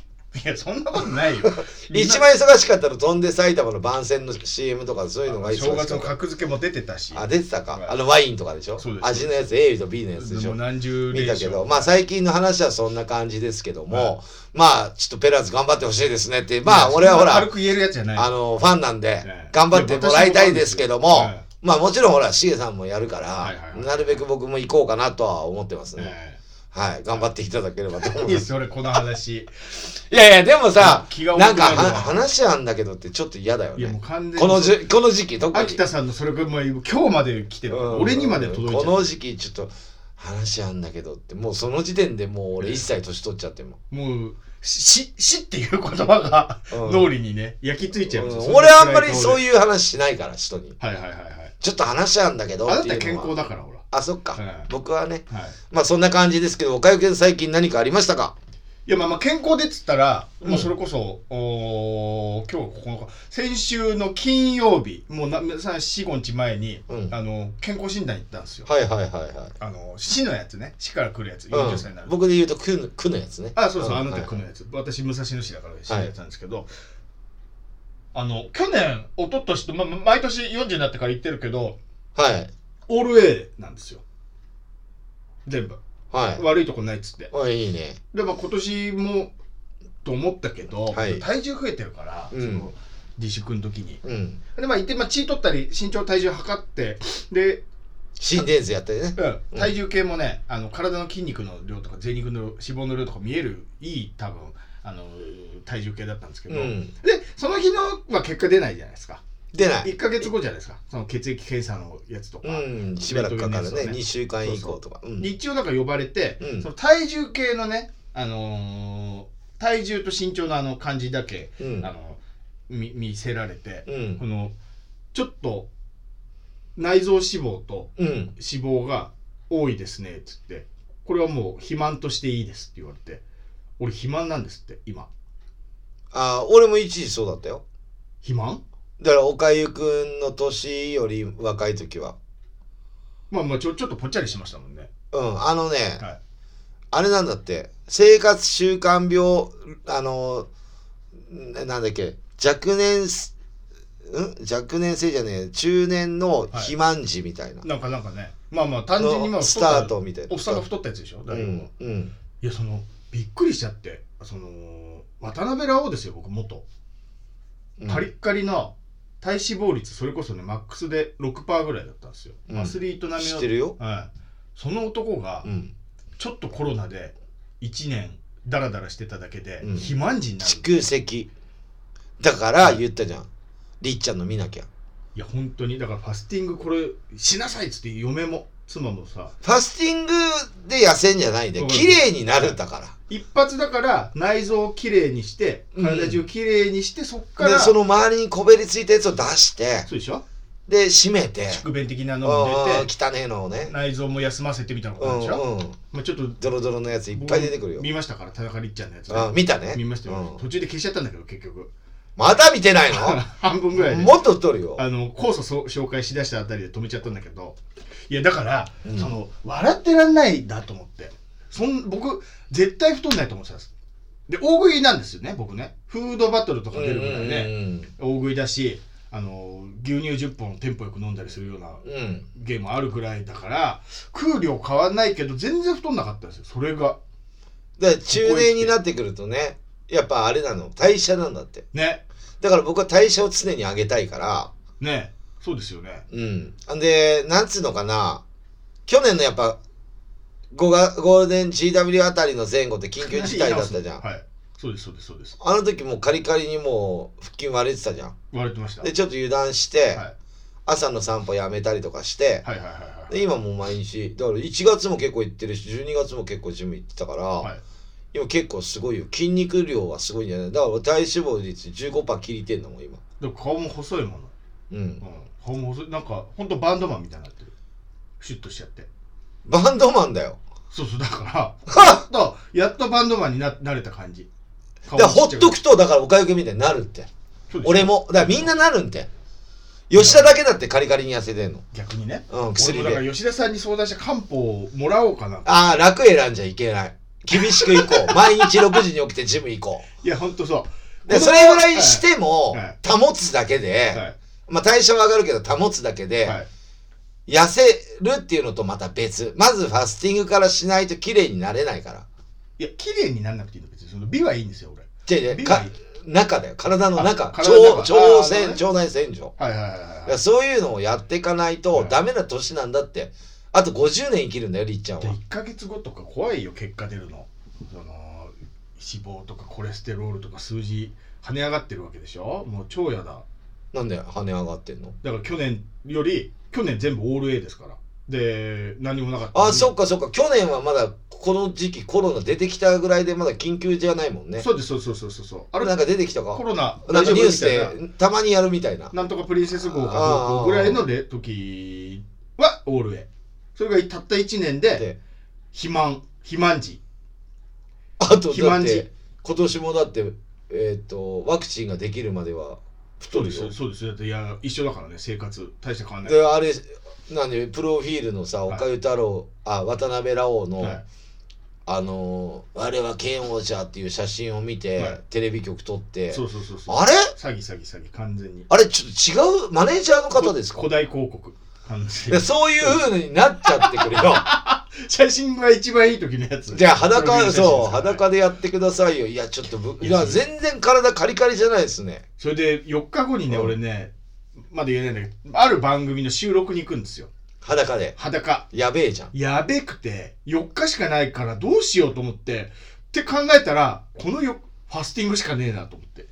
Speaker 2: いやそんなことないよ
Speaker 1: <laughs> 一番忙しかったの飛んで埼玉の番宣の CM とかそういうのが忙しか
Speaker 2: 正
Speaker 1: っ
Speaker 2: 月
Speaker 1: た
Speaker 2: の格付けも出てたし
Speaker 1: あ出てたか
Speaker 2: はい
Speaker 1: あのワインとかでしょ
Speaker 2: そうです
Speaker 1: 味のやつ A と B のやつでし
Speaker 2: も
Speaker 1: ょ
Speaker 2: う何十
Speaker 1: 見
Speaker 2: 連
Speaker 1: た
Speaker 2: 勝
Speaker 1: けどまあ最近の話はそんな感じですけど
Speaker 2: はい
Speaker 1: もまあちょっとペラーズ頑張ってほしいですねってまあ
Speaker 2: いや
Speaker 1: 俺はほ
Speaker 2: そんな
Speaker 1: ら
Speaker 2: 軽く言えるやつじゃない
Speaker 1: あのファンなんで
Speaker 2: はい
Speaker 1: 頑張ってもらいたいですけど
Speaker 2: いや
Speaker 1: も
Speaker 2: 私もファンですよはい
Speaker 1: まあもちろんほらシエさんもやるか
Speaker 2: はいはいは
Speaker 1: ら
Speaker 2: い
Speaker 1: なるべく僕も行こうかなとは思ってますね
Speaker 2: え
Speaker 1: はい頑張っていただければと思い
Speaker 2: え
Speaker 1: ま
Speaker 2: いい
Speaker 1: す
Speaker 2: ですよ俺この話
Speaker 1: いやいや、でもさ
Speaker 2: 気が、重くな
Speaker 1: な
Speaker 2: る
Speaker 1: んか
Speaker 2: わ
Speaker 1: は話あんだけどってちょっと嫌だよ
Speaker 2: いやも
Speaker 1: ね
Speaker 2: う。完全に
Speaker 1: このじこの時期、特に。
Speaker 2: 秋田さんのそれがもう今日まで来てる
Speaker 1: うん
Speaker 2: 俺にまで届いちゃ
Speaker 1: こ
Speaker 2: う
Speaker 1: の時期、ちょっと話あんだけどって、もうその時点でもう俺一切年取っちゃっても。
Speaker 2: もうし「死」っていう言葉が
Speaker 1: うん
Speaker 2: 脳裏にね焼き付いちゃいます
Speaker 1: うん俺あんまりそう
Speaker 2: いう
Speaker 1: いう話しないから、人に。
Speaker 2: はいはいはいはい
Speaker 1: ちょっと話あんだけど
Speaker 2: あな
Speaker 1: って
Speaker 2: た
Speaker 1: いう
Speaker 2: 健
Speaker 1: のは。
Speaker 2: 康だからほら
Speaker 1: あ、そっか、
Speaker 2: はい
Speaker 1: 僕はね。
Speaker 2: はい
Speaker 1: まあそんな感じですけど、岡け最近何かありましたか
Speaker 2: いやまあまあ健康でっつったら、
Speaker 1: うん
Speaker 2: もうそれこそおー今日ここ先週の金曜日もうな45日前に、
Speaker 1: うん
Speaker 2: あの健康診断行ったんですよ、
Speaker 1: はいはいはいはい。
Speaker 2: あの市のやつね市から来るやつ
Speaker 1: う
Speaker 2: 40歳になる、
Speaker 1: ん、僕で言うと区の区のやつね。
Speaker 2: あそうそう、
Speaker 1: ん
Speaker 2: あの手区のやつ、私武蔵野市だから市のやつなんですけど、あの去年一昨年と、まあ、ま毎年40になってから行ってるけど
Speaker 1: はい。はい。
Speaker 2: オール A なんですよ全部
Speaker 1: はい
Speaker 2: 悪いとこないっつって
Speaker 1: あ。いいね。
Speaker 2: でも今年もと思ったけど、
Speaker 1: はい
Speaker 2: 体重増えてるから、
Speaker 1: うん
Speaker 2: その自粛の時に
Speaker 1: うん。
Speaker 2: でまあ行って、まあ、血取ったり身長体重測ってで、
Speaker 1: 心電図やったりね。
Speaker 2: うん、体重計もねあの体の筋肉の量とか贅肉の脂肪の量とか見えるいい多分あの体重計だったんですけ
Speaker 1: う
Speaker 2: ど、
Speaker 1: ん。
Speaker 2: でその日のは結果出ないじゃないですか
Speaker 1: 出ない。
Speaker 2: 1か月後じゃないですかその血液検査のやつとか、
Speaker 1: うん、しばらくかかる
Speaker 2: ベッド
Speaker 1: ね
Speaker 2: インネスを
Speaker 1: 2週間以降とかうん
Speaker 2: で一応なんか呼ばれて、
Speaker 1: うん
Speaker 2: その体重計のね、あのー体重と身長のあの感じだけ、
Speaker 1: うん
Speaker 2: あのみ見せられて、
Speaker 1: うん
Speaker 2: このちょっと内臓脂肪と
Speaker 1: うん
Speaker 2: 脂肪が多いですねっつってこれはもう肥満としていいですって言われて俺肥満なんですって今
Speaker 1: あー俺も一時そうだったよ
Speaker 2: 肥満
Speaker 1: だからおかゆくんの年より若い時は
Speaker 2: まあまあちょちょっとぽっちゃりしましたもんね
Speaker 1: うんあのね、
Speaker 2: はい
Speaker 1: あれなんだって生活習慣病あのななんだっけ若年すん若年性じゃねえ中年の肥満児みたいな、
Speaker 2: なんかなんかねまあまあ単純にまあ
Speaker 1: のス
Speaker 2: 太っ
Speaker 1: タ
Speaker 2: た
Speaker 1: ートみたいな
Speaker 2: おっさんが太ったやつでしょ
Speaker 1: う
Speaker 2: だいぶ、
Speaker 1: んうん
Speaker 2: いやそのびっくりしちゃってその渡辺ラオウですよ僕元
Speaker 1: うん
Speaker 2: カリッカリな体脂肪率それこそねマックスで6%ぐらいだったんですよ、
Speaker 1: うん
Speaker 2: アスリート並み
Speaker 1: 知
Speaker 2: の
Speaker 1: ってるよ
Speaker 2: はい、その男が
Speaker 1: うん
Speaker 2: ちょっとコロナで1年ダラダラしてただけで
Speaker 1: うん
Speaker 2: 肥満児になる、
Speaker 1: 蓄積だから言ったじゃんりっちゃんの見なきゃ
Speaker 2: いや本当にだからファスティングこれしなさいっつって嫁も妻もさ
Speaker 1: ファスティングで痩せんじゃないんだよ。綺麗になるんだか。
Speaker 2: 一発だから内臓をきれいにして体中きれいにして、そっから
Speaker 1: で、その周りにこべりついたやつを出して、
Speaker 2: そうでしょ
Speaker 1: で、締めて、
Speaker 2: 宿便的な
Speaker 1: うん
Speaker 2: の
Speaker 1: うん
Speaker 2: も出て
Speaker 1: 汚ねえのをね、
Speaker 2: 内臓も休ませてみたいなこ
Speaker 1: う
Speaker 2: となんでしょ、
Speaker 1: んうん、
Speaker 2: まあ、ちょっといっ
Speaker 1: ドロドロのやついっぱい出てくるよ。
Speaker 2: 見ましたから田中りっちゃんのやつ、
Speaker 1: あ見たね。
Speaker 2: 見ましたよ、
Speaker 1: うん
Speaker 2: 途中で消しちゃったんだけど結局 <laughs>
Speaker 1: まだ見てないの
Speaker 2: 半分ぐらいで
Speaker 1: もっと太るよ。
Speaker 2: あの酵素そ紹介しだしたあたりで止めちゃったんだけどいやだから、
Speaker 1: うん
Speaker 2: その笑ってらんないだと思ってそん僕絶対太んないと思ってたんですで大食いなんですよね僕ねフードバトルとか出るぐらいね、大食いだしあの牛乳10本テンポよく飲んだりするような
Speaker 1: うんうんうん。
Speaker 2: ゲームあるぐらいだから食う量変わんないけど全然太んなかったんですよそれが
Speaker 1: だから中年になってくるとね、やっぱあれなの、代謝なんだって。
Speaker 2: ね
Speaker 1: だから僕は代謝を常に上げたいから、
Speaker 2: ねそうですよね
Speaker 1: うん。んで、なんつうのかな、去年のやっぱ、ゴがゴールデン GW あたりの前後って緊急事態だったじゃん。
Speaker 2: はいそうですそうですそうです
Speaker 1: あの時もうカリカリにもう腹筋割れてたじゃん。
Speaker 2: 割れてました、
Speaker 1: で、ちょっと油断して、
Speaker 2: はい
Speaker 1: 朝の散歩やめたりとかして、
Speaker 2: はいはいはいはい
Speaker 1: で今もう毎日、だから1月も結構行ってるし、12月も結構ジム行ってたから、
Speaker 2: はい
Speaker 1: 今結構すごいよ。筋肉量はすごいんじゃないだから俺体脂肪率15%切りてんのもん今。
Speaker 2: でも顔も細いもの、
Speaker 1: うん
Speaker 2: う。ん、顔も細いなんかほんとバンドマンみたいになってるシュッとしちゃって
Speaker 1: バンドマンだよ。
Speaker 2: そうそうだから <laughs>
Speaker 1: <laughs>
Speaker 2: や
Speaker 1: は
Speaker 2: っとやっとバンドマンにななれた感じ
Speaker 1: っでほっと
Speaker 2: く
Speaker 1: くと、だからおかゆくんみたいになるって。俺も。だからみんななるんて。吉田だけだってカリカリに痩せてんの。
Speaker 2: 逆にね
Speaker 1: うん、
Speaker 2: 俺
Speaker 1: 薬
Speaker 2: もだか
Speaker 1: で。
Speaker 2: ら吉田さんに相談して漢方をもらおうかな
Speaker 1: ああ、楽選んじゃいけない。厳しく行
Speaker 2: <laughs>
Speaker 1: こう。毎日6時に起きてジム行こ
Speaker 2: いやほんとそう
Speaker 1: う。で、それぐらいしても
Speaker 2: はい、
Speaker 1: 保つだけ
Speaker 2: はい
Speaker 1: で、まあ代謝は上がるけど保つだけで、
Speaker 2: はい
Speaker 1: 痩せるっていうのとまた別。まずファスティングからしないと綺麗になれないから。
Speaker 2: いや綺麗にならなくていいの別にその美はいいんですよ俺
Speaker 1: で、
Speaker 2: 美
Speaker 1: で、
Speaker 2: は
Speaker 1: か
Speaker 2: いい
Speaker 1: 中だよ。体の中。
Speaker 2: あ
Speaker 1: 腸
Speaker 2: 体の中あー
Speaker 1: 腸
Speaker 2: なるほ
Speaker 1: 線、
Speaker 2: どね
Speaker 1: 腸内洗浄。
Speaker 2: はいはいはい
Speaker 1: だ
Speaker 2: はい
Speaker 1: からそういうのをやっていかない
Speaker 2: は
Speaker 1: と
Speaker 2: い
Speaker 1: ダメな年なんだって。あと50年生きるんだよ、りっちゃん
Speaker 2: で
Speaker 1: は。
Speaker 2: 1か月後とか怖いよ結果出るのその脂肪とかコレステロールとか数字跳ね上がってるわけでしょもう超やだ
Speaker 1: なんで跳ね上がってんの
Speaker 2: だから去年より去年全部オール A ですからで何もなかった
Speaker 1: あ、そっかそっか。去年はまだこの時期コロナ出てきたぐらいでまだ緊急じゃないもんね。
Speaker 2: そうですそうそうそうそうそうあ
Speaker 1: あれ
Speaker 2: れ
Speaker 1: なんか出てきた
Speaker 2: コ
Speaker 1: か
Speaker 2: ロナ
Speaker 1: なんかニュース
Speaker 2: みたいな
Speaker 1: でたまにやるみたいな。
Speaker 2: なんとかプリンセス号かどうかぐらいのれ時はオール A それがたった1年で
Speaker 1: で、
Speaker 2: 肥満肥満児
Speaker 1: あと
Speaker 2: 肥
Speaker 1: だっ
Speaker 2: 満
Speaker 1: て
Speaker 2: 児
Speaker 1: 今年もだって、えっと、ワクチンができるまでは太るよ。
Speaker 2: そうですだっていや一緒だからね生活大して変わんない
Speaker 1: であれなんでプロフィールのさ
Speaker 2: はい
Speaker 1: 岡ゆ太郎、あ渡辺ラオウの、
Speaker 2: はい
Speaker 1: あのーあれは剣王者っていう写真を見て、
Speaker 2: はい
Speaker 1: テレビ局撮って
Speaker 2: そうそうそうそう
Speaker 1: あれ
Speaker 2: 詐欺詐欺詐欺完全に
Speaker 1: あれちょっと違うマネージャーの方ですか
Speaker 2: 古代広告完全
Speaker 1: で
Speaker 2: に
Speaker 1: そういうふうになっちゃってく
Speaker 2: <laughs>
Speaker 1: れよ
Speaker 2: 写真が一番いい時のやつ
Speaker 1: じゃあ裸
Speaker 2: プロフィー
Speaker 1: そう
Speaker 2: ル写真ですからね
Speaker 1: 裸でやってくださいよいやちょっとぶ
Speaker 2: い
Speaker 1: い
Speaker 2: や
Speaker 1: や全然体カリカリじゃないですね
Speaker 2: それで4日後にね、
Speaker 1: うん
Speaker 2: 俺ねまだ言えないんだけどある番組の収録に行くんですよ
Speaker 1: 裸で
Speaker 2: 裸
Speaker 1: やべえじゃん
Speaker 2: やべくて4日しかないからどうしようと思ってって考えたらこのよファスティングしかねえなと思って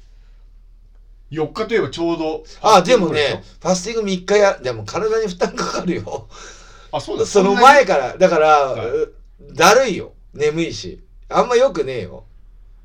Speaker 2: 4日といえばちょうど
Speaker 1: あでも
Speaker 2: ファスティング
Speaker 1: ね
Speaker 2: でし
Speaker 1: ファスティング3日やでも体に負担かかるよ
Speaker 2: ょあ <laughs> そうだ
Speaker 1: その
Speaker 2: んなに
Speaker 1: 前から、だから、
Speaker 2: はいう
Speaker 1: だるいよ。眠いし。あんま良くねえよ。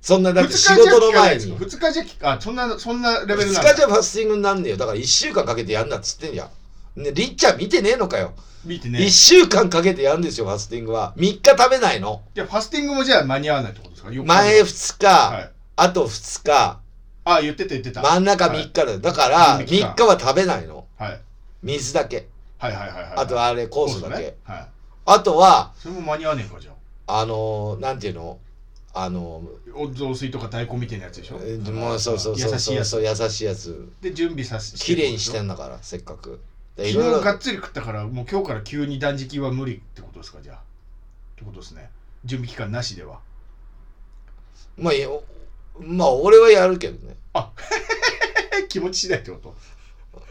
Speaker 1: そんな、だっ
Speaker 2: 二
Speaker 1: て
Speaker 2: 日
Speaker 1: 仕事の前に。
Speaker 2: 2
Speaker 1: 2
Speaker 2: 日じゃ効かあそんなそんなレベルなんだ
Speaker 1: 日じゃファスティングになんねえよ。だから1週間かけてやんなっつってんじゃん。ね、りっちゃん見てねえのかよ。
Speaker 2: 見て
Speaker 1: 一
Speaker 2: ね
Speaker 1: 1週間かけてやんですよ、ファスティングは。3日食べないの。
Speaker 2: じゃあファスティングもじゃあ間に合わないってことですか4日
Speaker 1: 前2日、
Speaker 2: はい、
Speaker 1: あと2日、
Speaker 2: あ言ってた言ってた、
Speaker 1: 真ん中
Speaker 2: はい
Speaker 1: 3日だよ。だから、3
Speaker 2: 三日
Speaker 1: 日
Speaker 2: 間
Speaker 1: は食べないの。
Speaker 2: はい、
Speaker 1: 水だけ。
Speaker 2: はいはいはいはい
Speaker 1: あとあれ、酵素だけ。
Speaker 2: ねはい
Speaker 1: あとは、
Speaker 2: それも間に合わねえかじゃあ
Speaker 1: あのー、なんていうのあのー、
Speaker 2: お雑炊とか大根みたいなやつでしょ
Speaker 1: えーもうそうそうそう
Speaker 2: 優しい
Speaker 1: そう
Speaker 2: やつ
Speaker 1: そう優しいやつ
Speaker 2: で準備させ
Speaker 1: 綺麗にして
Speaker 2: 昨
Speaker 1: んだからせっかくでい
Speaker 2: 日
Speaker 1: ろいろ
Speaker 2: がっつり食ったからもう今日から急に断食は無理ってことですかじゃあってことですね準備期間なしでは
Speaker 1: まあいやおまあ俺はやるけどね、
Speaker 2: え気持ち次第ってこと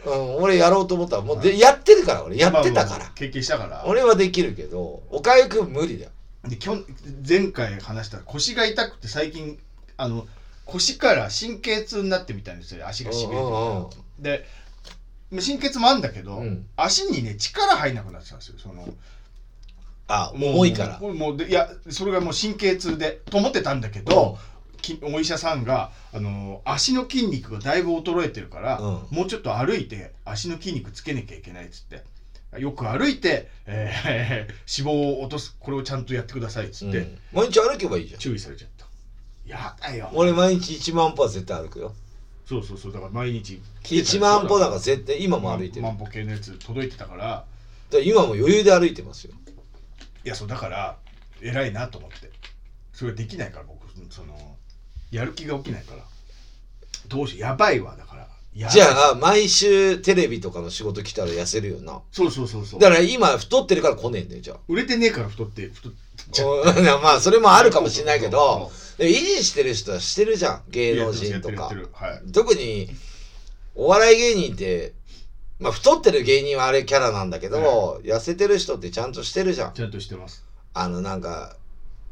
Speaker 1: うん、俺やろうと思ったらもうで、やってるから俺やってた
Speaker 2: ま
Speaker 1: か
Speaker 2: あ
Speaker 1: ら
Speaker 2: まあ、経験したから
Speaker 1: 俺はできるけどおかゆくん無理だよ
Speaker 2: できょん前回話した腰が痛くて最近あの腰から神経痛になってみたいんですよ足がしびれてみたいなで神経痛もあんだけど、
Speaker 1: うんうん
Speaker 2: 足にね力入んなくなってたんですよその
Speaker 1: あ重いから
Speaker 2: もうもうでいやそれがもう神経痛でと思ってたんだけど、きお医者さんがあの足の筋肉がだいぶ衰えてるから、
Speaker 1: うん
Speaker 2: もうちょっと歩いて足の筋肉つけなきゃいけないっつってよく歩いて、えー脂肪を落とすこれをちゃんとやってくださいっつって、
Speaker 1: うん毎日歩けばいいじゃん
Speaker 2: 注意されちゃったやだよ
Speaker 1: 俺毎日1万歩は絶対歩くよ
Speaker 2: そうそうそうだから毎日
Speaker 1: 1万歩なんか
Speaker 2: か
Speaker 1: 絶対今も歩いてるだ
Speaker 2: 万
Speaker 1: か
Speaker 2: 歩系のやつ届いてたから
Speaker 1: ら今も余裕で歩いてますよ
Speaker 2: いやそうだから偉いなと思ってそれができないから僕そのやる気が起きないからどうしようやばいわだからやばい
Speaker 1: じゃあ毎週テレビとかの仕事来たら痩せるよな
Speaker 2: そうそうそうそう
Speaker 1: だから今太ってるから来ねえんだよじゃあ
Speaker 2: 売れてねえから太って太っちゃう
Speaker 1: うん <laughs> まあそれもあるかもしれないけど
Speaker 2: そう
Speaker 1: で維持してる人はしてるじゃん芸能人と
Speaker 2: や
Speaker 1: か
Speaker 2: ってるやってるはい
Speaker 1: 特にお笑い芸人ってまあ太ってる芸人はあれキャラなんだけど、痩せてる人ってちゃんとしてるじゃん
Speaker 2: ちゃんとしてます
Speaker 1: あのなんか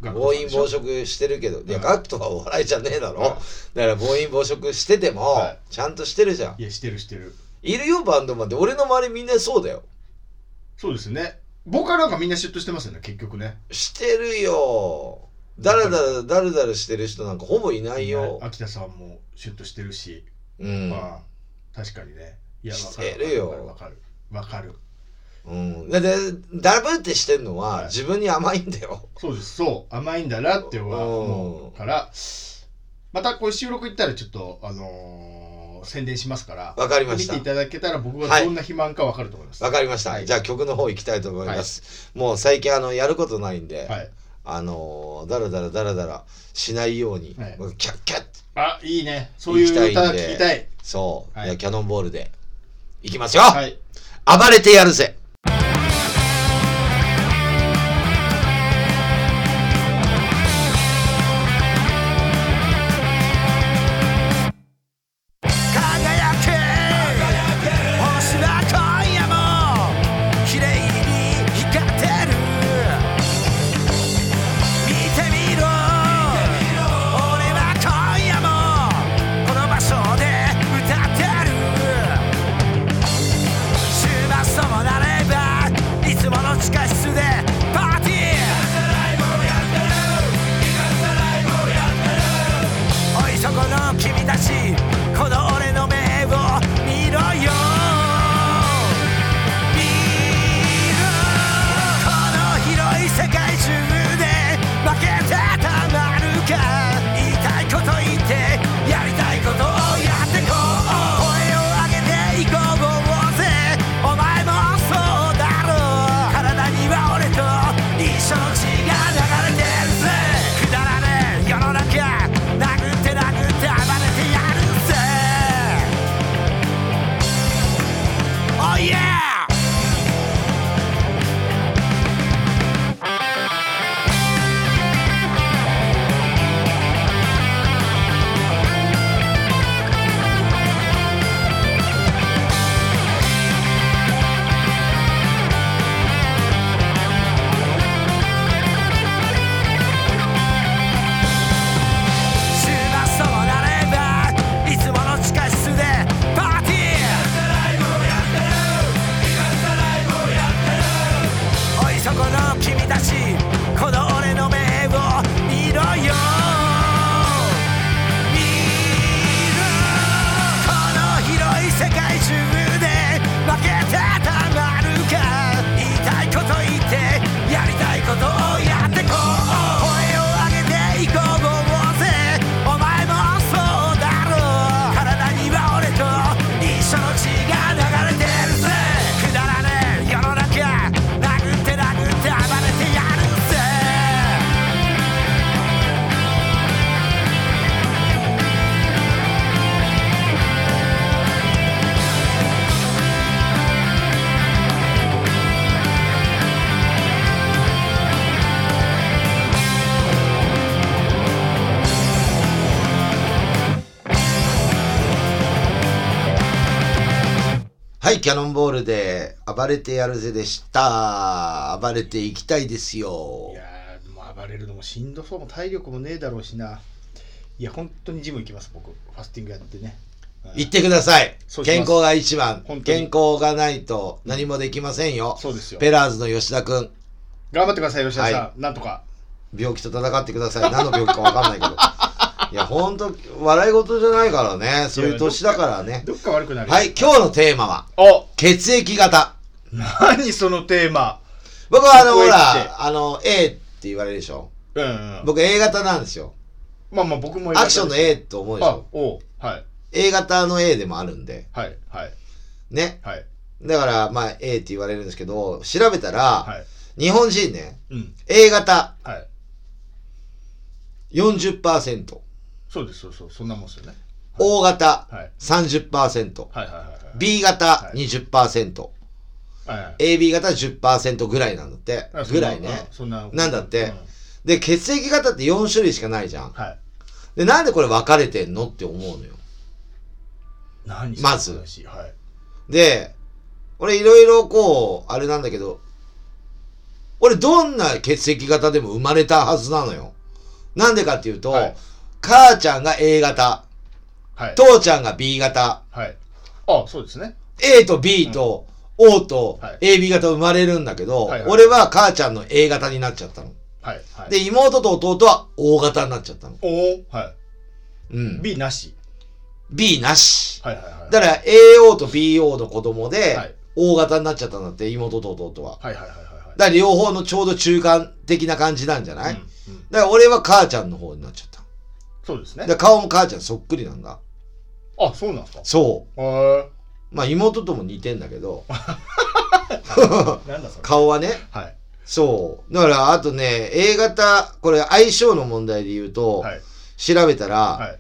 Speaker 1: 暴
Speaker 2: 暴
Speaker 1: 飲暴食してるけどいや
Speaker 2: は
Speaker 1: ガクトはお笑いじゃねえだろ、
Speaker 2: は
Speaker 1: だから暴飲暴食してても、
Speaker 2: は
Speaker 1: ちゃんとしてるじゃん
Speaker 2: いやしてるしてる
Speaker 1: いるよバンドマンって俺の周りみんなそうだよ
Speaker 2: そうですね僕はなんかみんなシュッとしてますよね結局ね
Speaker 1: してるよだらだらだらだらしてる人なんかほぼいないよ
Speaker 2: 秋田さんもシュッとしてるし
Speaker 1: うん、
Speaker 2: まあ確かにねいやわか
Speaker 1: してるよ
Speaker 2: わかるわかるわかる
Speaker 1: うん、ででダブってしてんのは、
Speaker 2: はい
Speaker 1: 自分に甘いんだよ
Speaker 2: そうですそう甘いんだなっては思うからまたこう収録行ったらちょっとあのー宣伝しますから
Speaker 1: わかりま
Speaker 2: 見
Speaker 1: して
Speaker 2: い
Speaker 1: た
Speaker 2: ただけたら僕
Speaker 1: は
Speaker 2: が
Speaker 1: い
Speaker 2: どんな肥満かわかると思います
Speaker 1: わかりました、
Speaker 2: はい
Speaker 1: じゃあ曲の方行きたいと思います、もう最近あのやることないんで、
Speaker 2: はい
Speaker 1: あのーだらだらだらだらしないように、
Speaker 2: はい
Speaker 1: もうキャッキャッ
Speaker 2: あいいねそういう
Speaker 1: 行き
Speaker 2: 歌
Speaker 1: たいん
Speaker 2: 聞
Speaker 1: で
Speaker 2: きたい
Speaker 1: そう、
Speaker 2: はい
Speaker 1: じゃあキャノンボールでいきますよ、
Speaker 2: はい
Speaker 1: 暴れてやるぜ
Speaker 3: 輝け星は今夜も綺麗に光ってる見てみろ俺は今夜もこの場所で歌ってる週末ともなればいつもの地下室でパーティーおいそこの君たちこの俺の目を見ろよ見ろこの広い世界中で負けてたまるか言いたいこと言ってやりたいことをやってこう声を上げていこうぜお前もそうだろう体には俺と一緒の血が流れてるぜくだらねえ世の中殴って殴って暴れてやるぜ Oh yeah! 週末ともなればいつもの地下室でパーティーおいそこの君たちこの俺の目を見ろよ見ろこの広い世界中で負けてたまるか言いたいこと言ってやりたいことをやってこう声を上げていこうぜお前もそうだろう体には俺と一緒の血が流れてるぜくだらねえ世の中殴って殴って暴れてやるぜ
Speaker 1: はい、キャノンボールで暴れてやるぜでした。暴れていきたいですよ
Speaker 2: い。やーでも暴れるのもしんどそうも体力もねえだろうしないや本当にジム行きます僕ファスティングやってねうん
Speaker 1: 行ってください
Speaker 2: そ。うしま
Speaker 1: 健
Speaker 2: す
Speaker 1: 康が一番
Speaker 2: 本。当に
Speaker 1: 健康がないと何もできませんよ。
Speaker 2: そうですよ
Speaker 1: ペラーズの吉田くん、
Speaker 2: 頑張ってください吉田さん、
Speaker 1: は
Speaker 2: なんとか
Speaker 1: 病気と戦ってください。何の病気かわかんないけ
Speaker 2: <laughs>
Speaker 1: ど。いや、ほんと、笑い事じゃないからね。そういう年だからね。
Speaker 2: どっか悪くなる
Speaker 1: はい、今日のテーマは、
Speaker 2: お
Speaker 1: 血液型。
Speaker 2: 何そのテーマ
Speaker 1: 僕はあの、
Speaker 2: ここ
Speaker 1: ほ
Speaker 2: へ来て
Speaker 1: ら、あの、A って言われるでしょ。
Speaker 2: うん、うん、
Speaker 1: 僕 A 型なんですよ。
Speaker 2: まあまあ僕も
Speaker 1: アクションの A と思うでし
Speaker 2: あ
Speaker 1: ょ。
Speaker 2: おうはい
Speaker 1: A A 型の A でもあるんで、
Speaker 2: はいはい
Speaker 1: ね。
Speaker 2: はい
Speaker 1: だから、まあ、A って言われるんですけど、調べたら、
Speaker 2: はい
Speaker 1: 日本人ね、
Speaker 2: うん
Speaker 1: A 型
Speaker 2: はい
Speaker 1: 40%、
Speaker 2: そうですそうそうそんなもんですよね
Speaker 1: O 型
Speaker 2: はい
Speaker 1: 30%、
Speaker 2: はいはいはい
Speaker 1: B 型20%、
Speaker 2: はいはい
Speaker 1: AB 型10%ぐらいなんだって
Speaker 2: あ。そん
Speaker 1: ぐ
Speaker 2: な
Speaker 1: らいね。
Speaker 2: そんな
Speaker 1: なんだって
Speaker 2: うん
Speaker 1: で、血液型って4種類しかないじゃん。
Speaker 2: はい
Speaker 1: で、なんでこれ分かれてんのって思うのよ。
Speaker 2: 何その
Speaker 1: まず
Speaker 2: 話はい
Speaker 1: で、俺いろいろこう、あれなんだけど、俺どんな血液型でも生まれたはずなのよ。なんでかっていうと、
Speaker 2: はい
Speaker 1: 母ちゃんが A 型、
Speaker 2: はい
Speaker 1: 父ちゃんが B 型、
Speaker 2: はいあそうですね
Speaker 1: A と B と O と
Speaker 2: はい
Speaker 1: AB 型生まれるんだけど、
Speaker 2: はいはい
Speaker 1: 俺は母ちゃんの A 型になっちゃったの。
Speaker 2: はいはい
Speaker 1: で、妹と弟は O 型になっちゃったの。
Speaker 2: おおは
Speaker 1: うん
Speaker 2: い。B なし
Speaker 1: B なし。
Speaker 2: はいはいはい
Speaker 1: だから AO と BO の子供で
Speaker 2: はい
Speaker 1: O 型になっちゃったんだって、妹と弟は。
Speaker 2: はいはいはいはいはい
Speaker 1: だから両方のちょうど中間的な感じなんじゃない、
Speaker 2: うんうん
Speaker 1: だから俺は母ちゃんの方になっちゃった。
Speaker 2: そうです
Speaker 1: だ
Speaker 2: ね
Speaker 1: から顔も母ちゃんそっくりなんだ。
Speaker 2: あそうなんですか
Speaker 1: そ
Speaker 2: へー
Speaker 1: う。まあ妹とも似てんだけど、
Speaker 2: なんだそれ
Speaker 1: 顔はね。
Speaker 2: はい
Speaker 1: そう。だからあとね、A 型、これ相性の問題で言うと、
Speaker 2: はい
Speaker 1: 調べたら、
Speaker 2: は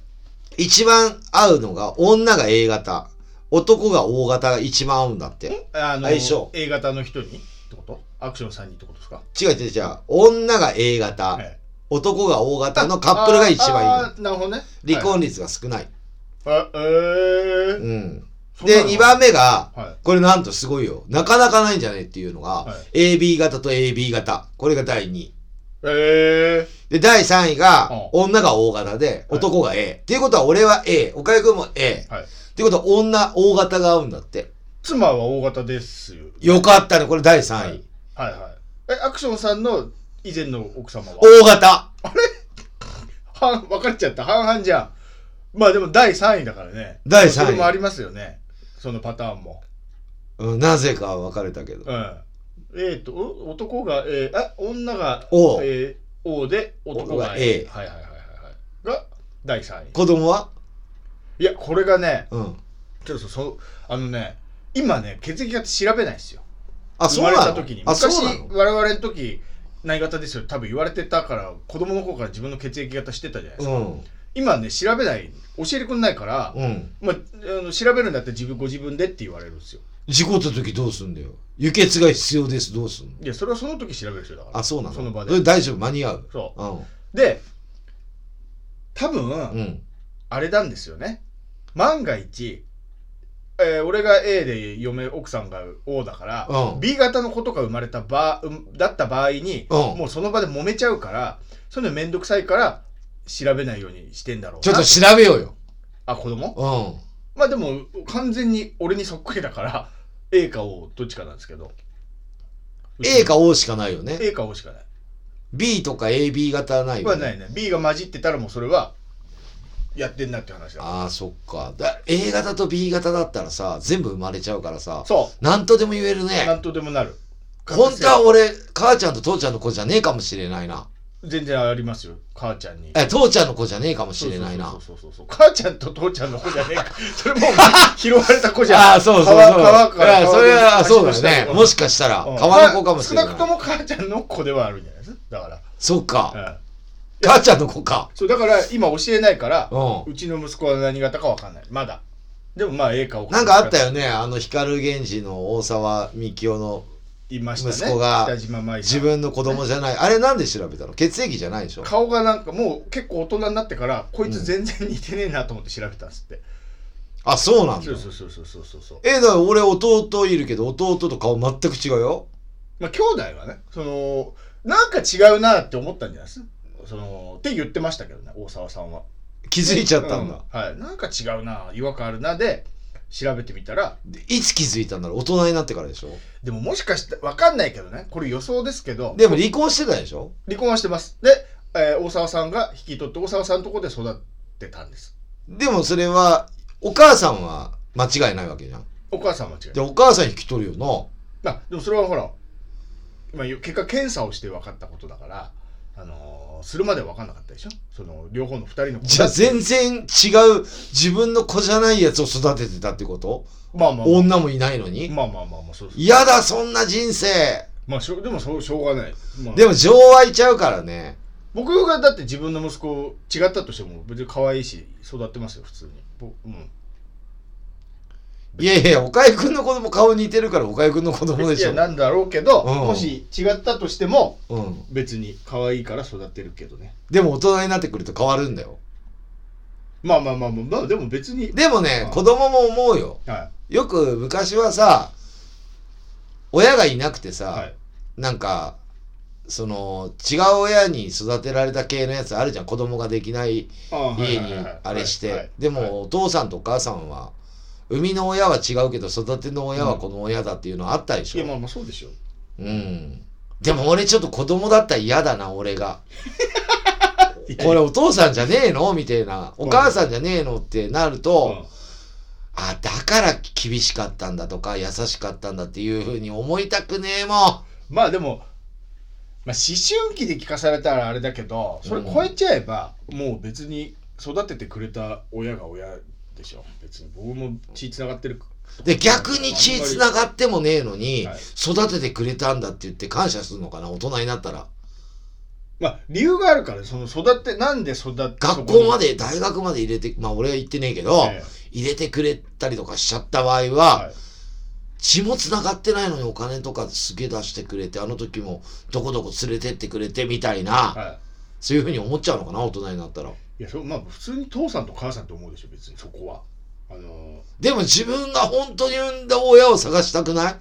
Speaker 2: い
Speaker 1: 一番合うのが女が A 型、男が O 型が一番合うんだって。
Speaker 2: あの
Speaker 1: 相性
Speaker 2: A 型の人にってことアクションさんにってことですか
Speaker 1: 違う違う違う。女が A 型、
Speaker 2: はい
Speaker 1: 男が O 型のカップルが一番いい
Speaker 2: あ
Speaker 1: の。
Speaker 2: ーなるほどね
Speaker 1: 離婚率が少ない。
Speaker 2: はいあえー
Speaker 1: うん。
Speaker 2: そうな
Speaker 1: で、
Speaker 2: の
Speaker 1: 2番目が、
Speaker 2: は
Speaker 1: これなんとすごいよ。なかなかないんじゃないっていうのが、
Speaker 2: は
Speaker 1: AB 型と AB 型。これが第2位。
Speaker 2: いえ
Speaker 1: で、第3位が、
Speaker 2: う
Speaker 1: 女が O 型で、
Speaker 2: はい
Speaker 1: 男が A。っていうことは俺は A。岡井くんも A。
Speaker 2: ーはい
Speaker 1: っていうことは女、O 型が合うんだって。
Speaker 2: 妻は O 型ですよ
Speaker 1: よかったね。これ第3位。
Speaker 2: はいはいえアクションさんの以前の奥様は
Speaker 1: O 型。
Speaker 2: 半 <laughs> 分かっちゃった半々じゃんまあでも第3位だからね
Speaker 1: 第三位
Speaker 2: それもありますよねそのパターンも
Speaker 1: うん、なぜかは分かれたけど。
Speaker 2: うんえっ、とお男が A あ女が
Speaker 1: O
Speaker 2: えー O で男が
Speaker 1: A
Speaker 2: A はいはいはいはいはいが第3位
Speaker 1: 子供はい
Speaker 2: やこれがね
Speaker 1: うん。
Speaker 2: ちょっとそうあのね今ね血液型調べないんですよ
Speaker 1: あ、
Speaker 2: 生
Speaker 1: そう
Speaker 2: まれ
Speaker 1: な
Speaker 2: た
Speaker 1: の
Speaker 2: 時に
Speaker 1: あ、そう
Speaker 2: 昔
Speaker 1: なの
Speaker 2: 我々の時内型ですよ多分言われてたから子供の頃から自分の血液型してたじゃないです
Speaker 1: う
Speaker 2: か、
Speaker 1: ん。
Speaker 2: 今ね調べない教えてくんないから、
Speaker 1: うん。
Speaker 2: まあ、あの調べるんだったら自分ご自分でって言われるんですよ
Speaker 1: 事故った時どうすんだよ。輸血が必要です。どうすんの
Speaker 2: いやそれはその時調べる人だから
Speaker 1: あ、そうなの
Speaker 2: その場
Speaker 1: れ
Speaker 2: で
Speaker 1: 大丈夫。間に合う。
Speaker 2: そう
Speaker 1: うん。
Speaker 2: で多分、
Speaker 1: うん。
Speaker 2: あれなんですよね万が一、えー俺が A で嫁奥さんが O だから、
Speaker 1: うん
Speaker 2: B 型の子とか生まれた場うんだった場合に、
Speaker 1: うん
Speaker 2: もうその場で揉めちゃうからそういうのめんどくさいから調べないようにしてんだろうな
Speaker 1: ちょっと調べようよ。
Speaker 2: あ子供
Speaker 1: うん。
Speaker 2: まあでも完全に俺にそっくりだから A か O どっちかなんですけど
Speaker 1: A か O しかないよね。
Speaker 2: A か O しかない
Speaker 1: B とか AB 型はないよ
Speaker 2: は
Speaker 1: ね。
Speaker 2: ないね B が混じってたらもうそれはやってんなって話だ
Speaker 1: ああ、そっか。だ A 型と B 型だったらさ、全部生まれちゃうからさ、
Speaker 2: そ
Speaker 1: なんとでも言える
Speaker 2: うな
Speaker 1: ね。
Speaker 2: んとでもなる
Speaker 1: 本当は俺、母ちゃんと父ちゃんの子じゃねえかもしれないな。
Speaker 2: 全然ありますよ母ちゃんに
Speaker 1: え、父ちゃんの子じゃねえかもしれないな
Speaker 2: そう。そうそうそうそう母ちゃんと父ちゃんの子じゃねえ
Speaker 1: <laughs>
Speaker 2: かそれもう拾われた子じゃん
Speaker 1: ああ、そうそうそう。
Speaker 2: 川川か
Speaker 1: い
Speaker 2: ら
Speaker 1: やそれは、そうだね。もしかしたら、
Speaker 2: か
Speaker 1: 川の子かもしれな
Speaker 2: 少なくと
Speaker 1: い。
Speaker 2: も母ちゃんの子ではあるんじゃないですだか、。
Speaker 1: そっから
Speaker 2: うん
Speaker 1: 母ちゃんの子か。
Speaker 2: そうだから今教えないから
Speaker 1: う
Speaker 2: うちの息子は何型か分かんないまだでもまあ A か O
Speaker 1: ん。
Speaker 2: か
Speaker 1: なんかあったよね。あの、光源氏の大沢みきおの
Speaker 2: いましたね
Speaker 1: 息子が
Speaker 2: 北島舞さ
Speaker 1: 自
Speaker 2: ん
Speaker 1: 分の子供じゃない。あれなんで調べたの血液じゃないでしょ
Speaker 2: 顔がなんかもう結構大人になってからこいつ全然似てねえなと思って調べたんですって、
Speaker 1: あ、そうなんだ
Speaker 2: そう。そうそうそうそうそうそう
Speaker 1: え、だから俺弟いるけど、弟と顔全く違うよ。
Speaker 2: まあ兄弟はねそのなんか違うなって思ったんじゃないですそのって言ってましたけどね大沢さんは
Speaker 1: 気づいちゃったんだ。
Speaker 2: うはいなんか違うな違和感あるなで調べてみたら
Speaker 1: でいつ気づいたんだろう大人になってからでしょ
Speaker 2: でももしかしてわかんないけどねこれ予想ですけど
Speaker 1: でも離婚してたでしょ
Speaker 2: 離婚はしてますで、えー大沢さんが引き取って大沢さんのとこで育ってたんです
Speaker 1: でもそれは、お母さんは間違いないわけじゃん。
Speaker 2: お母さんは違う
Speaker 1: で、お母さん引き取るよな。
Speaker 2: まあ、でもそれはほら、まあ、結果検査をして分かったことだから、あののするまで分かんなかったでしょその両方の2人の
Speaker 1: じゃあ全然違う自分の子じゃないやつを育ててたってこと
Speaker 2: まあまあまあ
Speaker 1: 女もいないのに
Speaker 2: まあまあまあまあそうそう
Speaker 1: 嫌だそんな人生
Speaker 2: まあしょうでもそうしょうがない、まあ、
Speaker 1: で
Speaker 2: でも
Speaker 1: も情湧いちゃうからね
Speaker 2: 僕がだって自分の息子違ったとしても別に可愛いし育ってますよ普通にぼうん
Speaker 1: いやいや岡井君の子供顔似てるから岡井君の子供で
Speaker 2: い
Speaker 1: し
Speaker 2: や
Speaker 1: ょ
Speaker 2: なんだろうけど、
Speaker 1: うん
Speaker 2: もし違ったとしても
Speaker 1: うん、
Speaker 2: 別に可愛いから育てるけどね
Speaker 1: でも大人になってくると変わるんだよ
Speaker 2: まあまあまあまあ、まあ、でも別に
Speaker 1: でもね
Speaker 2: うん
Speaker 1: 子供も思うよ
Speaker 2: は
Speaker 1: よく昔はさ親がいなくてさ、
Speaker 2: いはい
Speaker 1: なんかその違う親に育てられた系のやつあるじゃん子供ができない
Speaker 2: ああはい
Speaker 1: 家
Speaker 2: はい
Speaker 1: に
Speaker 2: はいはい
Speaker 1: あれし
Speaker 2: はいは
Speaker 1: て
Speaker 2: い
Speaker 1: で
Speaker 2: はい
Speaker 1: もお父さんとお母さんは生みの親は違うけど育ての親はこの親だっていうのあったで
Speaker 2: い
Speaker 1: し
Speaker 2: やまあ
Speaker 1: ょ
Speaker 2: まあそうでしょ
Speaker 1: うんでも俺ちょっと子供だったら嫌だな俺がこれお父さんじゃねえのみたいなお母さんじゃねえのってなる
Speaker 2: う
Speaker 1: と
Speaker 2: ん
Speaker 1: あだから厳しかったんだとか優しかったんだっていうふうに思いたくねえも
Speaker 2: まあでも、まあ、思春期で聞かされたらあれだけどそれ超えちゃえば、もう別に育ててくれた親が親でしょ別に僕も血つながってる
Speaker 1: んで逆に血つなが
Speaker 2: が
Speaker 1: ってもねえのに
Speaker 2: はい
Speaker 1: 育ててくれたんだって言って感謝するのかな大人になったら
Speaker 2: まあ理由があるからその育てなんで育て
Speaker 1: 学校まで大学まで入れてまあ俺は行ってねえけど、
Speaker 2: ええ
Speaker 1: 入れてくれたりとかしちゃった場合は、
Speaker 2: はい
Speaker 1: 血もつながってないのにお金とかすげえ出してくれてあの時もどこどこ連れてってくれてみたいな、
Speaker 2: は
Speaker 1: そういうふうに思っちゃうのかな大人になったら
Speaker 2: いいやそまあ普通に父さんと母さんと思うでしょ別にそこはあの
Speaker 1: でも自分が本当に産んだ親を探したくない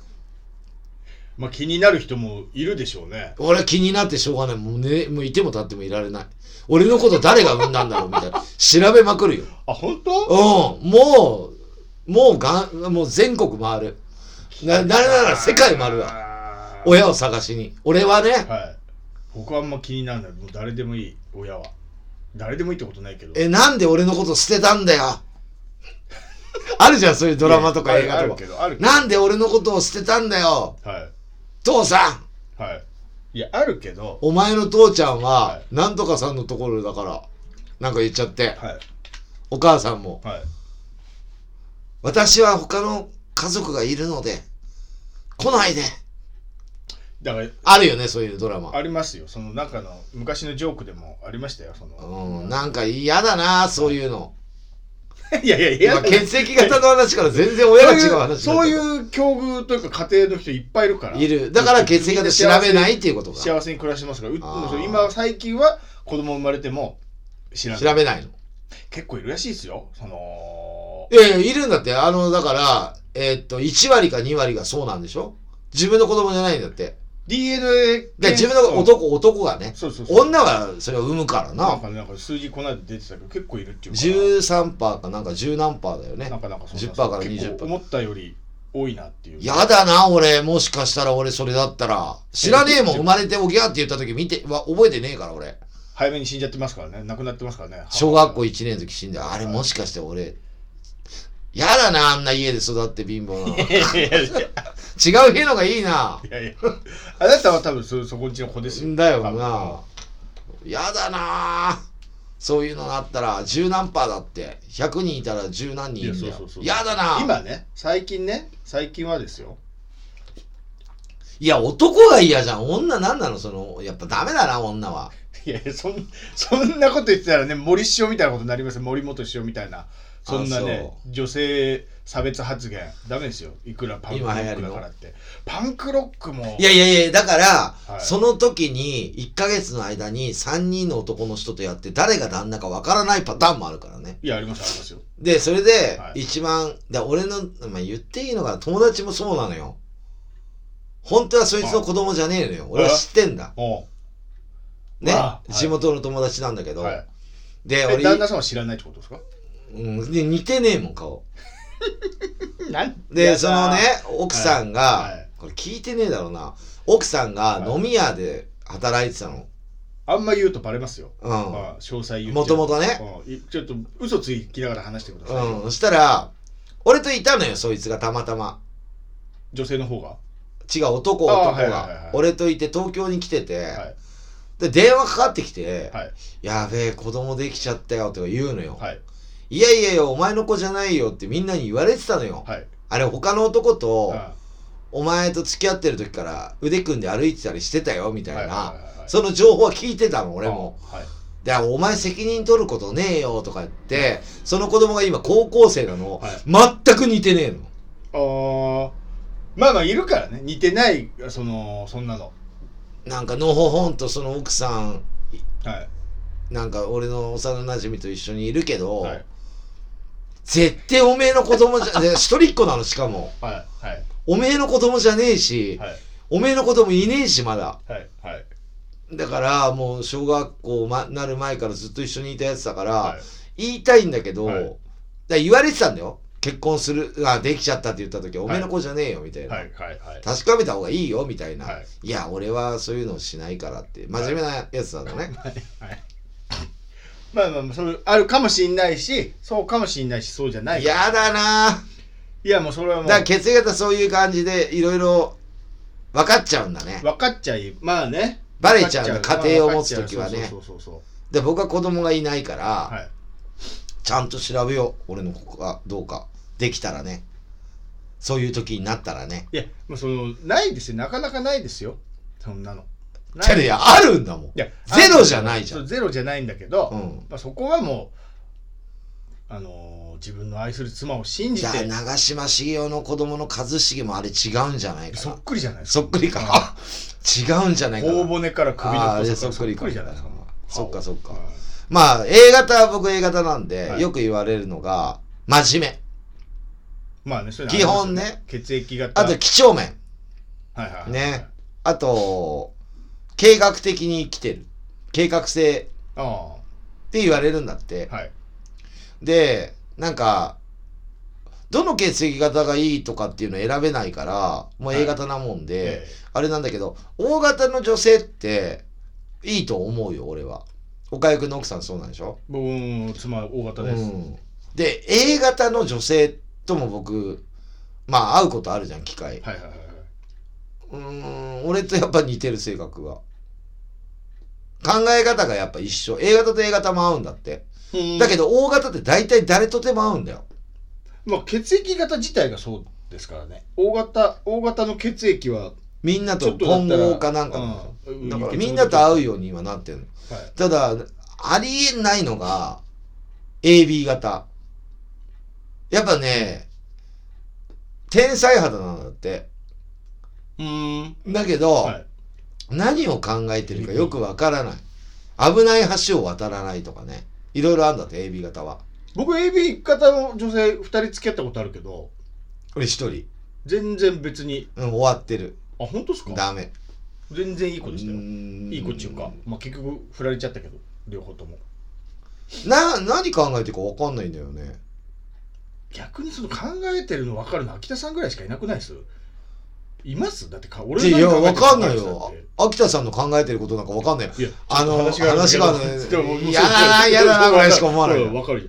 Speaker 2: まあ気になる人もいるでしょうね
Speaker 1: 俺は気になってしょうがないもう,、ね、もういても立ってもいられない俺のこと誰が産んだんだろうみたいな <laughs> 調べまくるよ
Speaker 2: あ本当
Speaker 1: うん、もう、もうがん、もう全国回る。な、なれなら世界回るわ。
Speaker 2: わ
Speaker 1: 親を探しに。俺はね、
Speaker 2: はい。僕はあんま気にならない。もう誰でもいい、親は。誰でもいいってことないけど。
Speaker 1: え、なんで俺のこと捨てたんだよ。あるじゃん、そういうドラマとか
Speaker 2: はい
Speaker 1: 映画
Speaker 2: あ
Speaker 1: と
Speaker 2: る
Speaker 1: か
Speaker 2: け。ど、あるけど。
Speaker 1: なんで俺のことを捨てたんだよ。
Speaker 2: は
Speaker 1: 父さん、
Speaker 2: い。はい。いや、あるけど、
Speaker 1: お前の父ちゃん
Speaker 2: は、
Speaker 1: はいなんとかさんのところだから、なんか言っちゃって、
Speaker 2: はい。
Speaker 1: お母さんも、
Speaker 2: はい。
Speaker 1: 私は他の家族がいるので、来ないで。
Speaker 2: だから、
Speaker 1: あるよね、そういうドラマ。
Speaker 2: ありますよ。その中の、昔のジョークでもありましたよ。その。
Speaker 1: うん、なんか嫌だな、そういうの。
Speaker 2: <laughs> いやいやい
Speaker 1: 今
Speaker 2: や、
Speaker 1: 血液型の話から全然親が違う話
Speaker 2: そういう
Speaker 1: う
Speaker 2: そういう境遇というか家庭の人いっぱいいるから
Speaker 1: いるだから血液型調べないっていうことか調
Speaker 2: 幸せに暮らしてますからう
Speaker 1: あー
Speaker 2: もうそれ今は最近は子供生まれても知らない
Speaker 1: べないの
Speaker 2: 結構いるらしいですよその
Speaker 1: いやいやいるんだってあのだからえーっと1割か2割がそうなんでしょ自分の子供じゃないんだって
Speaker 2: DNA
Speaker 1: で自分の
Speaker 2: 男
Speaker 1: 男男がね
Speaker 2: そうそうそう
Speaker 1: 女はそれを産むから
Speaker 2: なん
Speaker 1: な
Speaker 2: かねなんか数字この間出てたけど結構いるっていうから
Speaker 1: 13パーかなんか10何パーだよね
Speaker 2: なんかなんかそんな
Speaker 1: 10%から20%
Speaker 2: 結構思ったより多いなっていう
Speaker 1: やだな俺もしかしたら俺それだったら知らねえもん
Speaker 2: え
Speaker 1: 生まれておぎゃって言った時見ては覚えてねえから俺
Speaker 2: 早めに死んじゃってますからね亡くなってますからね
Speaker 1: <laughs> 小学校
Speaker 2: 行
Speaker 1: 1年の時死んだあれもしかして俺やだなあんな家で育って貧乏なの違
Speaker 2: <laughs> いやいやいう
Speaker 1: 家のがいいな
Speaker 2: やいやあなたは多分そそこんちの子ですよ
Speaker 1: だよ
Speaker 2: 多分
Speaker 1: なやだなあそういうのがあったら十何パーだって100人いたら十何人いるんだ
Speaker 2: いやそう
Speaker 1: よ
Speaker 2: そうそう
Speaker 1: やだなあ
Speaker 2: 今ね最近ね最近はですよ
Speaker 1: いや男が嫌じゃん女なんなのそのやっぱダメだな女はい
Speaker 2: <laughs> やいやそんそんなこと言ってたらね森師匠みたいなことになりますよ森本師匠みたいなそんなね
Speaker 1: あ
Speaker 2: 女性差別発言ダメですよいくらパンクロ
Speaker 1: 今流行り
Speaker 2: ック
Speaker 1: の
Speaker 2: だからってパンクロックも
Speaker 1: いやいやいやだから、
Speaker 2: はい
Speaker 1: その時に1ヶ月の間に3人の男の人とやって誰が旦那かわからないパターンもあるからね
Speaker 2: いやありますありますよ
Speaker 1: で、それで
Speaker 2: は、い
Speaker 1: 一番、で俺の、まあ、言っていいのかな、友達もそうなのよ。本当はそいつの子供じゃねえのよ。俺は知ってんだ。
Speaker 2: おう
Speaker 1: ね
Speaker 2: あは。い
Speaker 1: 地元の友達なんだけど。
Speaker 2: はい
Speaker 1: で、
Speaker 2: え旦那
Speaker 1: 俺、
Speaker 2: さんは知らないってことですか
Speaker 1: うん、で似てねえもん、顔。
Speaker 2: なんや
Speaker 1: で、
Speaker 2: だ
Speaker 1: そのね、奥さんが、
Speaker 2: はいはい
Speaker 1: これ聞いてねえだろうな。奥さんが
Speaker 2: はい
Speaker 1: 飲み屋で働いてたの。
Speaker 2: あんま言うとバレますよ、
Speaker 1: うん。
Speaker 2: まあ、詳細言っちゃう
Speaker 1: もともとね。
Speaker 2: うんいちょっと嘘つきながら話してください、
Speaker 1: うん。そしたら、俺といたのよ、そいつがたまたま。
Speaker 2: 女性の方が
Speaker 1: 違う、男、
Speaker 2: あ
Speaker 1: 男
Speaker 2: はいはいはいはい
Speaker 1: が。俺といて東京に来てて。
Speaker 2: はい
Speaker 1: で電話かかってきて、
Speaker 2: はい
Speaker 1: やべえ子供できちゃったよとか言うのよ、
Speaker 2: はい
Speaker 1: い、やいやいやお前の子じゃないよってみんなに言われてたのよ、
Speaker 2: はい
Speaker 1: あれ他の男と、
Speaker 2: は
Speaker 1: お前と付き合ってる時から腕組んで歩いてたりしてたよみ
Speaker 2: い
Speaker 1: たい
Speaker 2: は
Speaker 1: な、
Speaker 2: いはいはい
Speaker 1: その情報は聞いてたの俺も、
Speaker 2: あはい
Speaker 1: でお前責任取ることねえよとか言ってその子供が今高校生なの、全く似てねえの
Speaker 2: あーまあまあいるからね似てないそのそんなの
Speaker 1: なんかのほほんとその奥さん
Speaker 2: はい
Speaker 1: なんか俺の幼なじみと一緒にいるけど、
Speaker 2: はい
Speaker 1: 絶対おめえの子供じゃで一人っ子なのしかも <laughs>
Speaker 2: はいはい
Speaker 1: おめえの子供じゃねえし、
Speaker 2: はい
Speaker 1: おめえの子供いねえしまだ
Speaker 2: はいはい
Speaker 1: だからもう小学校、ま、なる前からずっと一緒にいたやつだから、
Speaker 2: はい
Speaker 1: 言いたいんだけど、
Speaker 2: はい
Speaker 1: だから言われてたんだよ結婚するあできちゃったって言った時、おめえの子じゃねえよみたいな、
Speaker 2: はいはいはい <laughs>
Speaker 1: 確かめた方がいいよみたいな、
Speaker 2: はい
Speaker 1: い、や俺はそういうのしないからって真面目なやつなんだね、
Speaker 2: まあまあまあそれあるかもしんないしそうかもしんないしそうじゃない
Speaker 1: やだなぁ
Speaker 2: いやもうそれはもう
Speaker 1: だから血液型そういう感じでいろいろ分かっちゃうんだね
Speaker 2: 分かっちゃいまあね
Speaker 1: バレちゃうの
Speaker 2: 分かっち
Speaker 1: 家庭を持つ
Speaker 2: まあ分か
Speaker 1: 時は
Speaker 2: っちゃう
Speaker 1: ね
Speaker 2: そうそうそうそう
Speaker 1: で僕は子供がいないから、
Speaker 2: はい
Speaker 1: ちゃんと調べよう俺の子がどうかできたらねそういう時になったらね
Speaker 2: いやもうそのないですよなかなかないですよそんなのない
Speaker 1: じゃねえやあるんだもん
Speaker 2: いや
Speaker 1: ゼロじゃないじゃん
Speaker 2: そうゼロじゃないんだけど、
Speaker 1: うん
Speaker 2: まあ、そこはもう、あのー自分の愛する妻を信じ
Speaker 1: じゃあ
Speaker 2: て
Speaker 1: 長嶋茂雄の子供の一茂もあれ違うんじゃないか
Speaker 2: そっ
Speaker 1: な
Speaker 2: くりじゃないですか
Speaker 1: そっくりか違うんじゃないか
Speaker 2: 頬
Speaker 1: な
Speaker 2: 骨から首の
Speaker 1: あーあ
Speaker 2: 太
Speaker 1: れそ
Speaker 2: さが
Speaker 1: っくりか
Speaker 2: じゃないですか
Speaker 1: そっかそっか
Speaker 2: うん
Speaker 1: まあ A 型は僕 A 型なんで、
Speaker 2: はい
Speaker 1: よく言われるのが真面目
Speaker 2: まあねそういうの
Speaker 1: 基本ね
Speaker 2: ありますよ血液型
Speaker 1: あと几帳面
Speaker 2: はいはいはい
Speaker 1: ねあと計画的に生きてる計画性
Speaker 2: ああ
Speaker 1: って言われるんだって、
Speaker 2: はい
Speaker 1: でなんかどの血液型がいいとかっていうの選べないからもう A 型なもんで、
Speaker 2: え
Speaker 1: あれなんだけど O 型の女性っていいと思うよ俺は岡井君の奥さんそうなんでしょ
Speaker 2: え僕の妻は O 型です、
Speaker 1: うん、で A 型の女性とも僕まあ会うことあるじゃん機会
Speaker 2: はいはいはいはいう
Speaker 1: ーん俺とやっぱ似てる性格が考え方がやっぱ一緒 A 型と A 型も合うんだって
Speaker 2: うん
Speaker 1: だけど O 型って大体誰とでも合うんだよ
Speaker 2: まあ、血液型自体がそうですからね O 型 O 型の血液は
Speaker 1: みんな
Speaker 2: ちょ
Speaker 1: と
Speaker 2: っとだ
Speaker 1: 混
Speaker 2: ったら
Speaker 1: 合かなんかなんですよ
Speaker 2: うん
Speaker 1: だから
Speaker 2: うん
Speaker 1: みんなと合うように今なってるの
Speaker 2: はい
Speaker 1: ただありえないのが AB 型やっぱね天才肌なんだって
Speaker 2: うーん
Speaker 1: だけど、
Speaker 2: はい
Speaker 1: 何を考えてるかよくわからない危ない橋を渡らないとかねいろいろあるんだって AB 型は
Speaker 2: 僕 AB 型の女性2人付き合ったことあるけど
Speaker 1: 俺一人、
Speaker 2: 全然別に
Speaker 1: うん、終わってる
Speaker 2: あ本当ですか
Speaker 1: ダメ
Speaker 2: 全然いい子でしたよい
Speaker 1: い
Speaker 2: い子っちゅうか、まあ、結局振られちゃったけど両方とも
Speaker 1: な何考えてるかわかんないんだよね
Speaker 2: 逆にその考えてるの分かるの秋田さんぐらいしかいなくないですいますだってか俺
Speaker 1: いやいやわ
Speaker 2: 何考えてる
Speaker 1: かんない
Speaker 2: わか
Speaker 1: よ
Speaker 2: んないです
Speaker 1: 秋田さんの考えてることなんかわかんないよ
Speaker 2: だっていや
Speaker 1: あの
Speaker 2: ちょっと
Speaker 1: 話がある
Speaker 2: けど
Speaker 1: ね
Speaker 2: でももう
Speaker 1: やだなやだなぐらいしか思わない
Speaker 2: そうわかるよ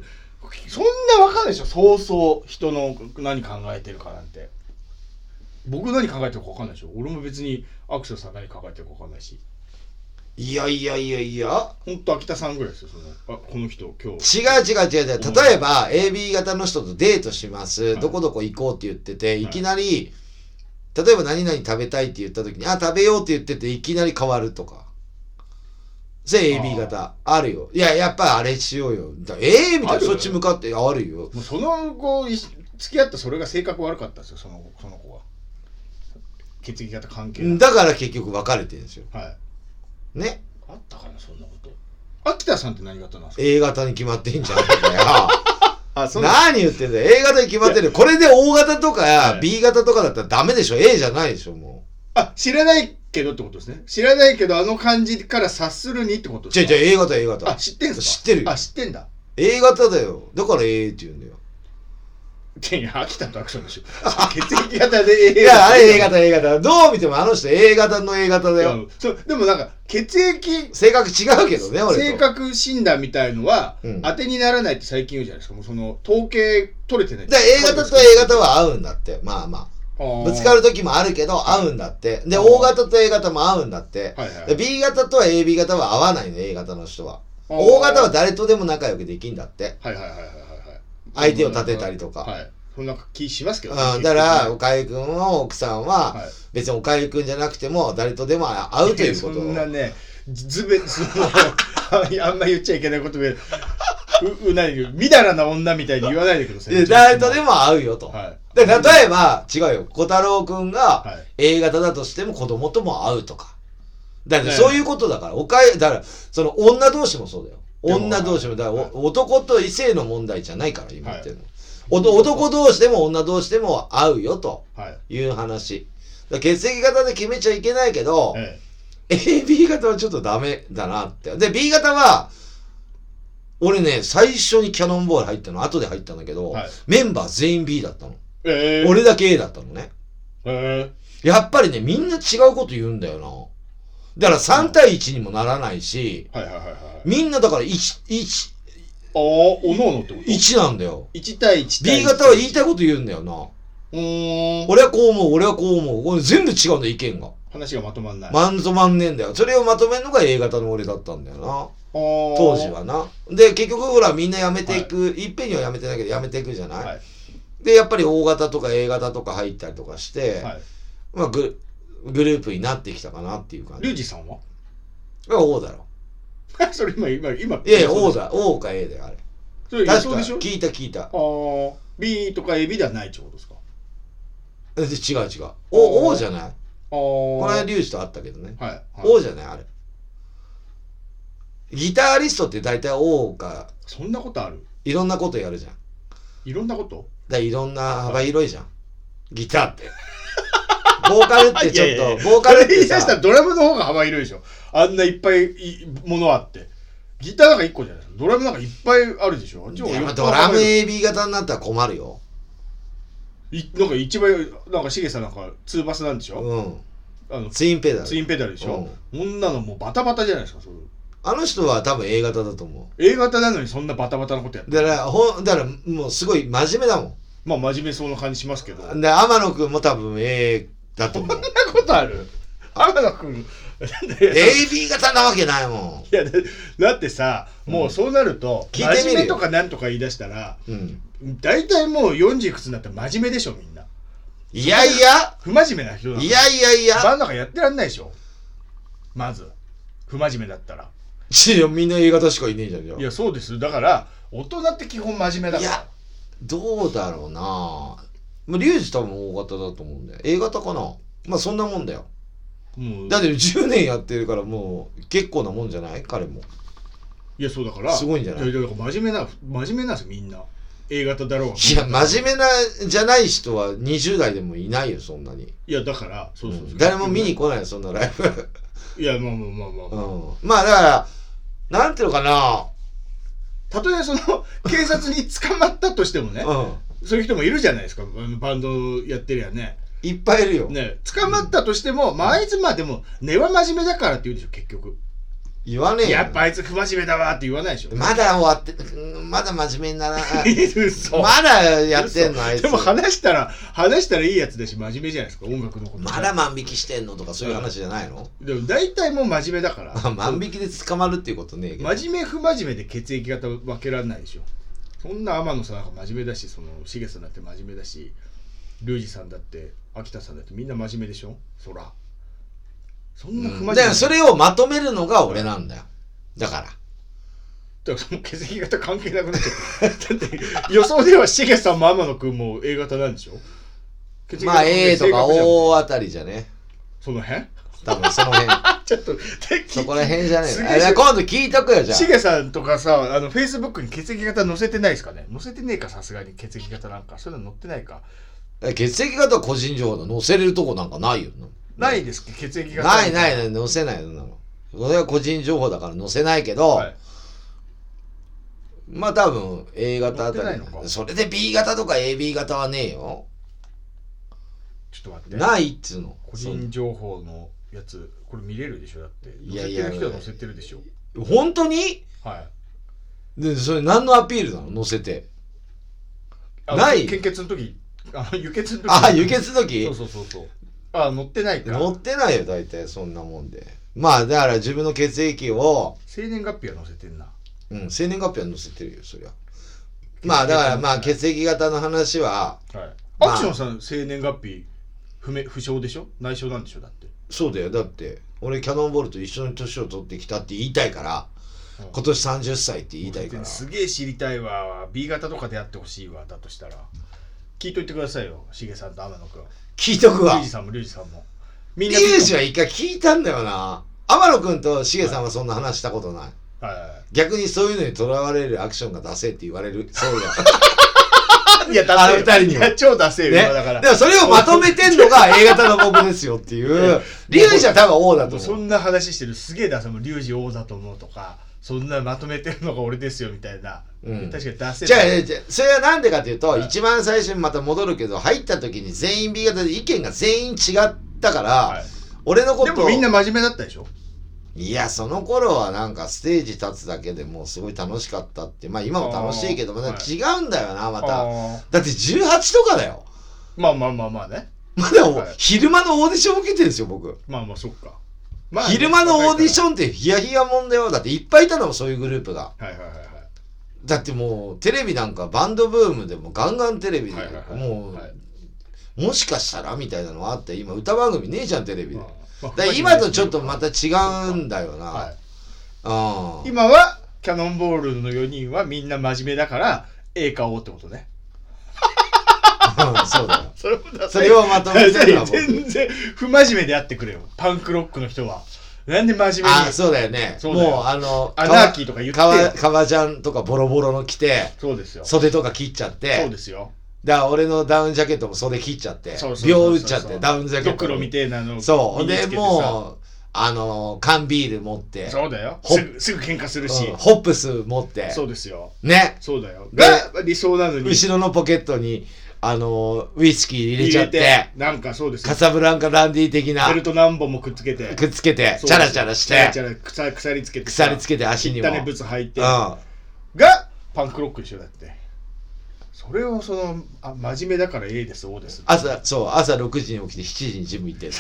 Speaker 2: そんな分かんないでしょそうそう人の何考えてるかなんて僕何考えてるか分かんないでしょ俺も別にアクセさん何考えてるか分かんないし
Speaker 1: いやいやいやいや
Speaker 2: 本当秋田さんぐらいですよそのあこの人今日
Speaker 1: 違う違う違う違う例えば AB 型の人とデートします、
Speaker 2: い
Speaker 1: どこどこ行こうって言ってていきなり、例えば何々食べたいって言った時にあ食べようって言ってていきなり変わるとかそれ
Speaker 2: あー
Speaker 1: AB 型あるよいややっぱりあれしようよだええみたいな
Speaker 2: ある
Speaker 1: そっち向かってあるよ
Speaker 2: もうその後い付き合ったそれが性格悪かったんですよそのその子は血液型関係なく
Speaker 1: だから結局別れてるんですよ
Speaker 2: はい
Speaker 1: ね
Speaker 2: あったかなそんなこと秋田さんって何型なんですか
Speaker 1: A 型に決まってん
Speaker 2: <laughs>
Speaker 1: じゃんみたいな
Speaker 2: あそ
Speaker 1: 何言ってんだよ A 型に決まってるこれで O 型とか
Speaker 2: い
Speaker 1: B 型とかだったらダメでしょ A じゃないでしょもう
Speaker 2: あ知らないけどってことですね知らないけどあの感じから察するにってこと
Speaker 1: 違う
Speaker 2: ですか
Speaker 1: 違う A 型 A 型
Speaker 2: あ知ってんすか
Speaker 1: 知ってるよ
Speaker 2: あ知ってんだ
Speaker 1: A 型だよだから A って言うんだよ
Speaker 2: いや秋田とアクションでしょ血液型で A
Speaker 1: い
Speaker 2: 型
Speaker 1: やあれ A 型 A 型どう見てもあの人 A 型の A 型だよ
Speaker 2: うんそうでもなんか血液
Speaker 1: 性格違うけどね俺と
Speaker 2: 性格診断みたいのは、
Speaker 1: うん
Speaker 2: 当てにならないって最近言うじゃないですかもうその統計取れてない
Speaker 1: だから A 型と A 型は合うんだってまあまあぶつかる
Speaker 2: る
Speaker 1: 時もあるけど合うんだってで O 型と A 型も合うんだって
Speaker 2: はいはい
Speaker 1: で B 型と AB 型は合わないの A 型の人は O 型は誰とでも仲良くできんだって
Speaker 2: はいはいはいはいはい
Speaker 1: 相手を立てたりとか
Speaker 2: はいそんな気しますけどね
Speaker 1: うん、だから、おかゆくんの奥さんは、
Speaker 2: はい
Speaker 1: 別におかゆくんじゃなくても、誰とでも会うというこ
Speaker 2: や
Speaker 1: と
Speaker 2: そ
Speaker 1: を
Speaker 2: んなねずべその <laughs> あんま言っちゃいけないことでううなにみだらな女みたいに言わないでください
Speaker 1: で誰とでも会うよと。
Speaker 2: は
Speaker 1: で例えば、違うよ、小太郎くん
Speaker 2: は
Speaker 1: が
Speaker 2: い
Speaker 1: A 型だとしても子供とも会うとか。だから、
Speaker 2: ね
Speaker 1: そういうことだから、おかゆ、だから、その女同士もそうだよ。女同士も、だから、
Speaker 2: はい
Speaker 1: お男と異性の問題じゃないから、今言ってるの。おと男同士でも女同士でも会うよと
Speaker 2: いはい
Speaker 1: いう話。だから血液型で決めちゃいけないけど、
Speaker 2: え
Speaker 1: AB 型はちょっとダメだなって。で、B 型は、俺ね、最初にキャノンボール入ったの、後で入ったんだけど、
Speaker 2: はい
Speaker 1: メンバー全員 B だったの。
Speaker 2: ええー、
Speaker 1: 俺だけ A だったのね。
Speaker 2: え
Speaker 1: やっぱりね、みんな違うこと言うんだよな。だから3対1にもならないし、
Speaker 2: ー、はいはいはいはい
Speaker 1: みんなだから1、1、
Speaker 2: ああおのおのってこと
Speaker 1: 1なんだよ。
Speaker 2: 1対1対
Speaker 1: B 型は言いたいこと言うんだよな。
Speaker 2: うーん
Speaker 1: 俺はこう思う、俺はこう思う。これ全部違うんだよ、意見が。
Speaker 2: 話がまとまんない、
Speaker 1: まんぞまんねえんだよ。それをまとめるのが A 型の俺だったんだよな。
Speaker 2: 当
Speaker 1: 当時はなで結局ほらみんな辞めていく、い、っぺんには辞めてないけど辞めていくじゃない、
Speaker 2: はい
Speaker 1: でやっぱり O 型とか A 型とか入ったりとかして、
Speaker 2: はい
Speaker 1: まあ、ググループになってきたかなっていう感
Speaker 2: リュウ
Speaker 1: じ
Speaker 2: ジさんは <laughs>
Speaker 1: が O だろ
Speaker 2: それ今今今
Speaker 1: いやいや O だ O か A だよあれ
Speaker 2: それ予
Speaker 1: 確か
Speaker 2: 想でしょ
Speaker 1: 聞いた聞いた
Speaker 2: ああ B とか AB ではないってことですか
Speaker 1: で違う違う O,
Speaker 2: あ
Speaker 1: o
Speaker 2: ー
Speaker 1: じゃない
Speaker 2: ああ
Speaker 1: この間
Speaker 2: は
Speaker 1: リュウジと会ったけどね、
Speaker 2: い、はい、
Speaker 1: O じゃないあれギタリストって大体 O か
Speaker 2: そんなことある
Speaker 1: いろんなことやるじゃんだか
Speaker 2: いろんなこと
Speaker 1: らいろんな幅広いじゃんギターってボーカルってちょ <laughs> っとボーカルっ
Speaker 2: それ
Speaker 1: て
Speaker 2: 言い出
Speaker 1: さ
Speaker 2: したらドラムの方が幅広いでしょあんないっぱいいものあってギターなんか1個じゃないドラムなんかいっぱいあるでしょあっちの方
Speaker 1: い
Speaker 2: が
Speaker 1: やま
Speaker 2: よっ
Speaker 1: あ
Speaker 2: ぽど
Speaker 1: ドラム
Speaker 2: 幅広
Speaker 1: AB 型になったら困るよ。
Speaker 2: いいなんか一番なんかしげさんなんかツーバスなんでしょ、
Speaker 1: うん。
Speaker 2: あの
Speaker 1: ツインペダ
Speaker 2: ツイ
Speaker 1: ル。
Speaker 2: ンペダルでしょ、女のもうバタバタじゃないですかそれ
Speaker 1: あの人は多分 A 型だと思
Speaker 2: A 型なのにそんなバタバタなことやって
Speaker 1: う。だから、ほん、だからもうすごい真面目だも。
Speaker 2: まあ真面目そうな感じしますけどそんなん
Speaker 1: で、天野くんも多分 A だと思 <laughs> う。
Speaker 2: ことある天野君
Speaker 1: AB 型なわけないも
Speaker 2: いやだだってさもうそうなると、
Speaker 1: 聞いてみるよ
Speaker 2: 真面目とかなんとか言い出したら
Speaker 1: ん。うん。
Speaker 2: 大体もう40いくつになったら真面目でしょみんない
Speaker 1: やいや、
Speaker 2: 不真面目な人だ
Speaker 1: いやいやい
Speaker 2: バ
Speaker 1: や、
Speaker 2: ンなんかやってらんないでしょまず不真面目だったら
Speaker 1: ちみんな A 型しかいねえじゃんじゃあ
Speaker 2: いやそうですだから大人って基本真面目だ
Speaker 1: い
Speaker 2: か
Speaker 1: や
Speaker 2: ら、
Speaker 1: どうだろうなまあリュウジ多分 O 型だと思うんだよ。A 型かなまあそんなもんだよ。
Speaker 2: もう
Speaker 1: だって10年やってるからもう結構なもんじゃない彼も。
Speaker 2: いやそうだから
Speaker 1: すごいんじゃない
Speaker 2: やだから真面目な真面目なんですよみんな A 型だろうが
Speaker 1: いや、真面目な、じゃない人は20代でもいないよ、そんなに。
Speaker 2: いやだからそうそうそう、
Speaker 1: 誰も見に来ないよ、そんなライブ。
Speaker 2: いやまあまあまあまあ、
Speaker 1: うん。まあ、だから、なんていうのかな。
Speaker 2: たと
Speaker 1: <laughs>
Speaker 2: えその警察に捕まったとしてもね、
Speaker 1: うん。
Speaker 2: そういう人もいるじゃないですかバンドやってりゃね
Speaker 1: いっぱいいるよ。
Speaker 2: ね捕まったとしても、まああいつまあでも根は真面目だからって言うでしょ結局
Speaker 1: 言わねえよ。
Speaker 2: やっぱあいつ不真面目だわって言わないでしょ
Speaker 1: まだ終わって、うんまだ真面目になら
Speaker 2: <laughs>
Speaker 1: ない。
Speaker 2: 嘘
Speaker 1: まだやってんの、あいつ。
Speaker 2: でも話したら話したらいいやつだし真面目じゃないですか音楽のこと
Speaker 1: まだ万引きしてんのとかそういう話じゃないの
Speaker 2: でも大体もう真面目だから
Speaker 1: 万引きで捕まるっていうことねえけど。
Speaker 2: 真面目不真面目で血液型分けられないでしょそんな天野さんなんか真面目だしそのしげさんだって真面目だしリュウジさんだって秋田さんだってみんな真面目でしょそらそんな不真
Speaker 1: う
Speaker 2: 面
Speaker 1: ん
Speaker 2: 目
Speaker 1: だから、それをまとめるのが俺なんだよ。だから。
Speaker 2: だからその血液型関係なくなっちゃっただって予想ではしげさんも天野くんも A 型なんでしょ血液型
Speaker 1: まあ、A とか
Speaker 2: 性格じゃん
Speaker 1: O あたりじゃね。
Speaker 2: その辺
Speaker 1: 多分その
Speaker 2: <laughs>
Speaker 1: 辺。
Speaker 2: あちょっと
Speaker 1: そこら辺じゃね
Speaker 2: す
Speaker 1: え
Speaker 2: げ
Speaker 1: の
Speaker 2: え
Speaker 1: あじゃあ今度聞いとくよじゃあ
Speaker 2: しげさんとかさ、あの、フェイスブックに血液型載せてないですかね載せてねえか、さすがに血液型なんか。そういうの載ってないか。
Speaker 1: え血液型は個人情報だ載せれるとこなんかないよ
Speaker 2: ないですか、血液型。
Speaker 1: ないない
Speaker 2: い。
Speaker 1: ない載せないよそんなのこれは個人情報だから載せないけど、
Speaker 2: はい
Speaker 1: まあ多分 A 型あた
Speaker 2: 載っ
Speaker 1: り
Speaker 2: てないのか
Speaker 1: それで B 型とか AB 型はねえよ
Speaker 2: ちょっと待って。
Speaker 1: ないっつうの
Speaker 2: 個人情報のやつ、これ見れるでしょだって。
Speaker 1: いや
Speaker 2: 載せ
Speaker 1: い
Speaker 2: て
Speaker 1: や
Speaker 2: る人は載せてるでしょ。
Speaker 1: そん本当に
Speaker 2: はい。
Speaker 1: でそれ何のアピールなの載せて
Speaker 2: あ
Speaker 1: ない
Speaker 2: 献血の時、あの輸血の時 <laughs>
Speaker 1: あ輸血の時
Speaker 2: そうそうそうそうあ乗ってないか
Speaker 1: 乗ってないよ大体そんなもんでまあだから自分の血液を、
Speaker 2: 生年月日は載せてんな
Speaker 1: うん、生年月日は載せてるよそりゃまあだからまあ血液型の話は
Speaker 2: はい
Speaker 1: まあ
Speaker 2: アクションさん生年月日不明不詳でしょ内緒なんでしょだって
Speaker 1: そうだよだって俺キャノンボールと一緒に年を取ってきたって言いたいから
Speaker 2: うん
Speaker 1: 今年30歳って言いたいから
Speaker 2: すげえ知りたいわ B 型とかでやってほしいわだとしたら聞いといてくださいよしげさんと天野くん
Speaker 1: 聞いとく
Speaker 2: リュ
Speaker 1: わ
Speaker 2: ウジさんもリュウジさんもみ
Speaker 1: リ
Speaker 2: んな
Speaker 1: ュウジは一回聞いたんだよな天野くんとしげさんはそんな話したことない
Speaker 2: は
Speaker 1: 逆にそういうのにとらわれるアクションが出せって言われるそうだ
Speaker 2: い、いや
Speaker 1: あの二
Speaker 2: 出
Speaker 1: 人
Speaker 2: せる
Speaker 1: に
Speaker 2: い
Speaker 1: は
Speaker 2: や超出せるよ、
Speaker 1: ね、
Speaker 2: だから
Speaker 1: でもそれをまとめてんの
Speaker 2: <laughs>
Speaker 1: が A 型の僕ですよっていうリュウジは多分 O だと
Speaker 2: もうそ
Speaker 1: 思うん
Speaker 2: な話してるすげえ出せもうリュウジ王だと思うとかそんなまとめてるのが俺ですよみたいな、
Speaker 1: うん
Speaker 2: 確かに出せる
Speaker 1: じゃあじゃあそれはなんでかというと、
Speaker 2: はい
Speaker 1: 一番最初にまた戻るけど入った時に全員 B 型で意見が全員違ったから、
Speaker 2: はい
Speaker 1: 俺のこ
Speaker 2: で
Speaker 1: と
Speaker 2: もみんな真面目だったでしょ
Speaker 1: いやその頃はなんかステージ立つだけでもうすごい楽しかったってまあ今も楽しいけど
Speaker 2: あー
Speaker 1: また違うんだよなまた、
Speaker 2: あー
Speaker 1: だって18とかだよ
Speaker 2: まあまあまあまあね
Speaker 1: まだお
Speaker 2: はい
Speaker 1: 昼間のオーディション受けてるんですよ僕
Speaker 2: まあまあそっか、まあね
Speaker 1: 昼間のオーディシ
Speaker 2: は
Speaker 1: ョンってヒヤヒヤもんだよだっていっぱいいたのもそういうグループが
Speaker 2: いはいはいはい
Speaker 1: だってもうテレビなんかバンドブームでもガンガンテレビで、
Speaker 2: はいはいはい
Speaker 1: もう、
Speaker 2: はい
Speaker 1: もしかしたらみたいなのあって今歌番組ねえじゃんテレビで、
Speaker 2: まあまあ
Speaker 1: だから今とちょっとまた違うんだよな、
Speaker 2: はい
Speaker 1: あ
Speaker 2: 今はキャノンボールの4人はみんな真面目だから A か O ってことね
Speaker 1: あそうだよ
Speaker 2: <laughs> それもダ
Speaker 1: それをまとめてるのは僕
Speaker 2: 全然不真面目でやってくれよパンクロックの人はなんで真面目
Speaker 1: あ
Speaker 2: に
Speaker 1: そうだよね
Speaker 2: そうだよ
Speaker 1: もうあの
Speaker 2: アナーキーとか言ってよ
Speaker 1: かわかわちゃんとかボロボロの着て
Speaker 2: そうですよそう
Speaker 1: 袖とか切っちゃって
Speaker 2: ですよ
Speaker 1: だから俺のダウンジャケットも袖切っちゃって
Speaker 2: そうそうそう
Speaker 1: 秒打っちゃってダウンジャケッ
Speaker 2: ドク
Speaker 1: ト
Speaker 2: ロみてえなの
Speaker 1: そう
Speaker 2: 身につ
Speaker 1: で
Speaker 2: けてさ
Speaker 1: もうあの缶ビール持って
Speaker 2: そうだよ
Speaker 1: ほ
Speaker 2: すぐすぐ喧嘩するし、
Speaker 1: うんホップス持って
Speaker 2: そうですよ
Speaker 1: ね
Speaker 2: そうだよ
Speaker 1: で
Speaker 2: が理想なのに
Speaker 1: 後ろのポケットにあのウイスキー入れちゃって
Speaker 2: なんかそうです
Speaker 1: カ
Speaker 2: よ
Speaker 1: サブランカランディ的な
Speaker 2: ベルト何本もくっつけて
Speaker 1: くっつけてチャラチャラし
Speaker 2: チャラチ
Speaker 1: て
Speaker 2: ャラ鎖鎖つけて
Speaker 1: 鎖つ
Speaker 2: け
Speaker 1: けて足にも、
Speaker 2: ねブツ履いて、
Speaker 1: うん
Speaker 2: がパンクロック一緒だってそれをそのあ真面目だから A です O です
Speaker 1: 朝そう朝6時に起きて7時にジム行ってる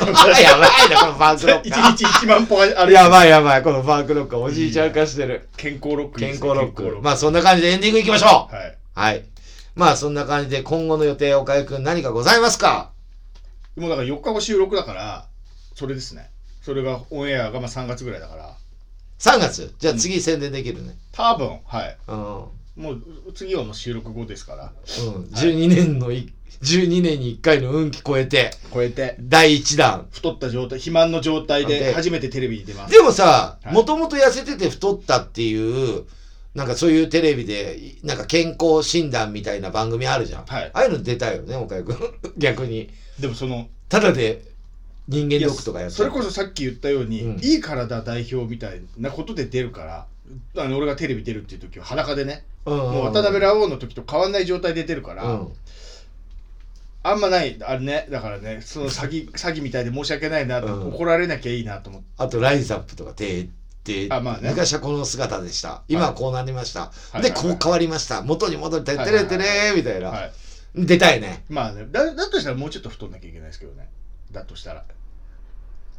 Speaker 1: やばいなこのパンクロ
Speaker 2: 1
Speaker 1: ッカ
Speaker 2: 日1万歩あ
Speaker 1: ー
Speaker 2: れ
Speaker 1: やばいやばいこのパンクロッカーおじいちゃん化してる
Speaker 2: 健康ロックいい
Speaker 1: 健
Speaker 2: です
Speaker 1: 康
Speaker 2: ね
Speaker 1: ロック
Speaker 2: 健
Speaker 1: まあそんな感じでエンディングいきましょう
Speaker 2: はい
Speaker 1: はいまあそんな感じで今後の予定岡井くん何かございますか
Speaker 2: もうだから4日後収録だからそれですねそれがオンエアがまあ3月ぐらいだから
Speaker 1: 3月じゃあ次宣伝できるね
Speaker 2: 多分はい
Speaker 1: うん、うん、
Speaker 2: もう次はもう収録後ですから
Speaker 1: 12年のい12年に1回の運気超えて
Speaker 2: 超えて
Speaker 1: 第1弾
Speaker 2: 太った状態肥満の状態
Speaker 1: で
Speaker 2: で初めてテレビに出ます
Speaker 1: でもさ
Speaker 2: はい
Speaker 1: もともと痩せてて太ったっていうなんかそういうテレビでなんか健康診断みたいな番組あるじゃん、
Speaker 2: はい
Speaker 1: ああいうの出たいよね岡井くん <laughs> 逆に
Speaker 2: でもその
Speaker 1: ただで人間
Speaker 2: いや
Speaker 1: ドックとかやっ
Speaker 2: そ
Speaker 1: た
Speaker 2: れこそさっき言ったように、
Speaker 1: うん
Speaker 2: いい体代表みたいなことで出るからあの俺がテレビ出るっていう時は裸でね、もう渡辺
Speaker 1: ら
Speaker 2: ラオウの時と変わんない状態で出るから、
Speaker 1: うん
Speaker 2: あんまないあれねだからねその詐欺詐欺みたいで申し訳ないなと、
Speaker 1: うん
Speaker 2: 怒られなきゃいいなと思って
Speaker 1: あとライズアップとかてで、
Speaker 2: あまあね
Speaker 1: 昔はこの姿でした今はこうなりました、
Speaker 2: はい
Speaker 1: で
Speaker 2: はい
Speaker 1: こう変わりました元に戻りたい
Speaker 2: はい
Speaker 1: て
Speaker 2: はいは
Speaker 1: れて
Speaker 2: い
Speaker 1: れみたいな、
Speaker 2: はい
Speaker 1: 出たいね
Speaker 2: まあねだだとしたらもうちょっと太んなきゃいけないですけどねだとしたら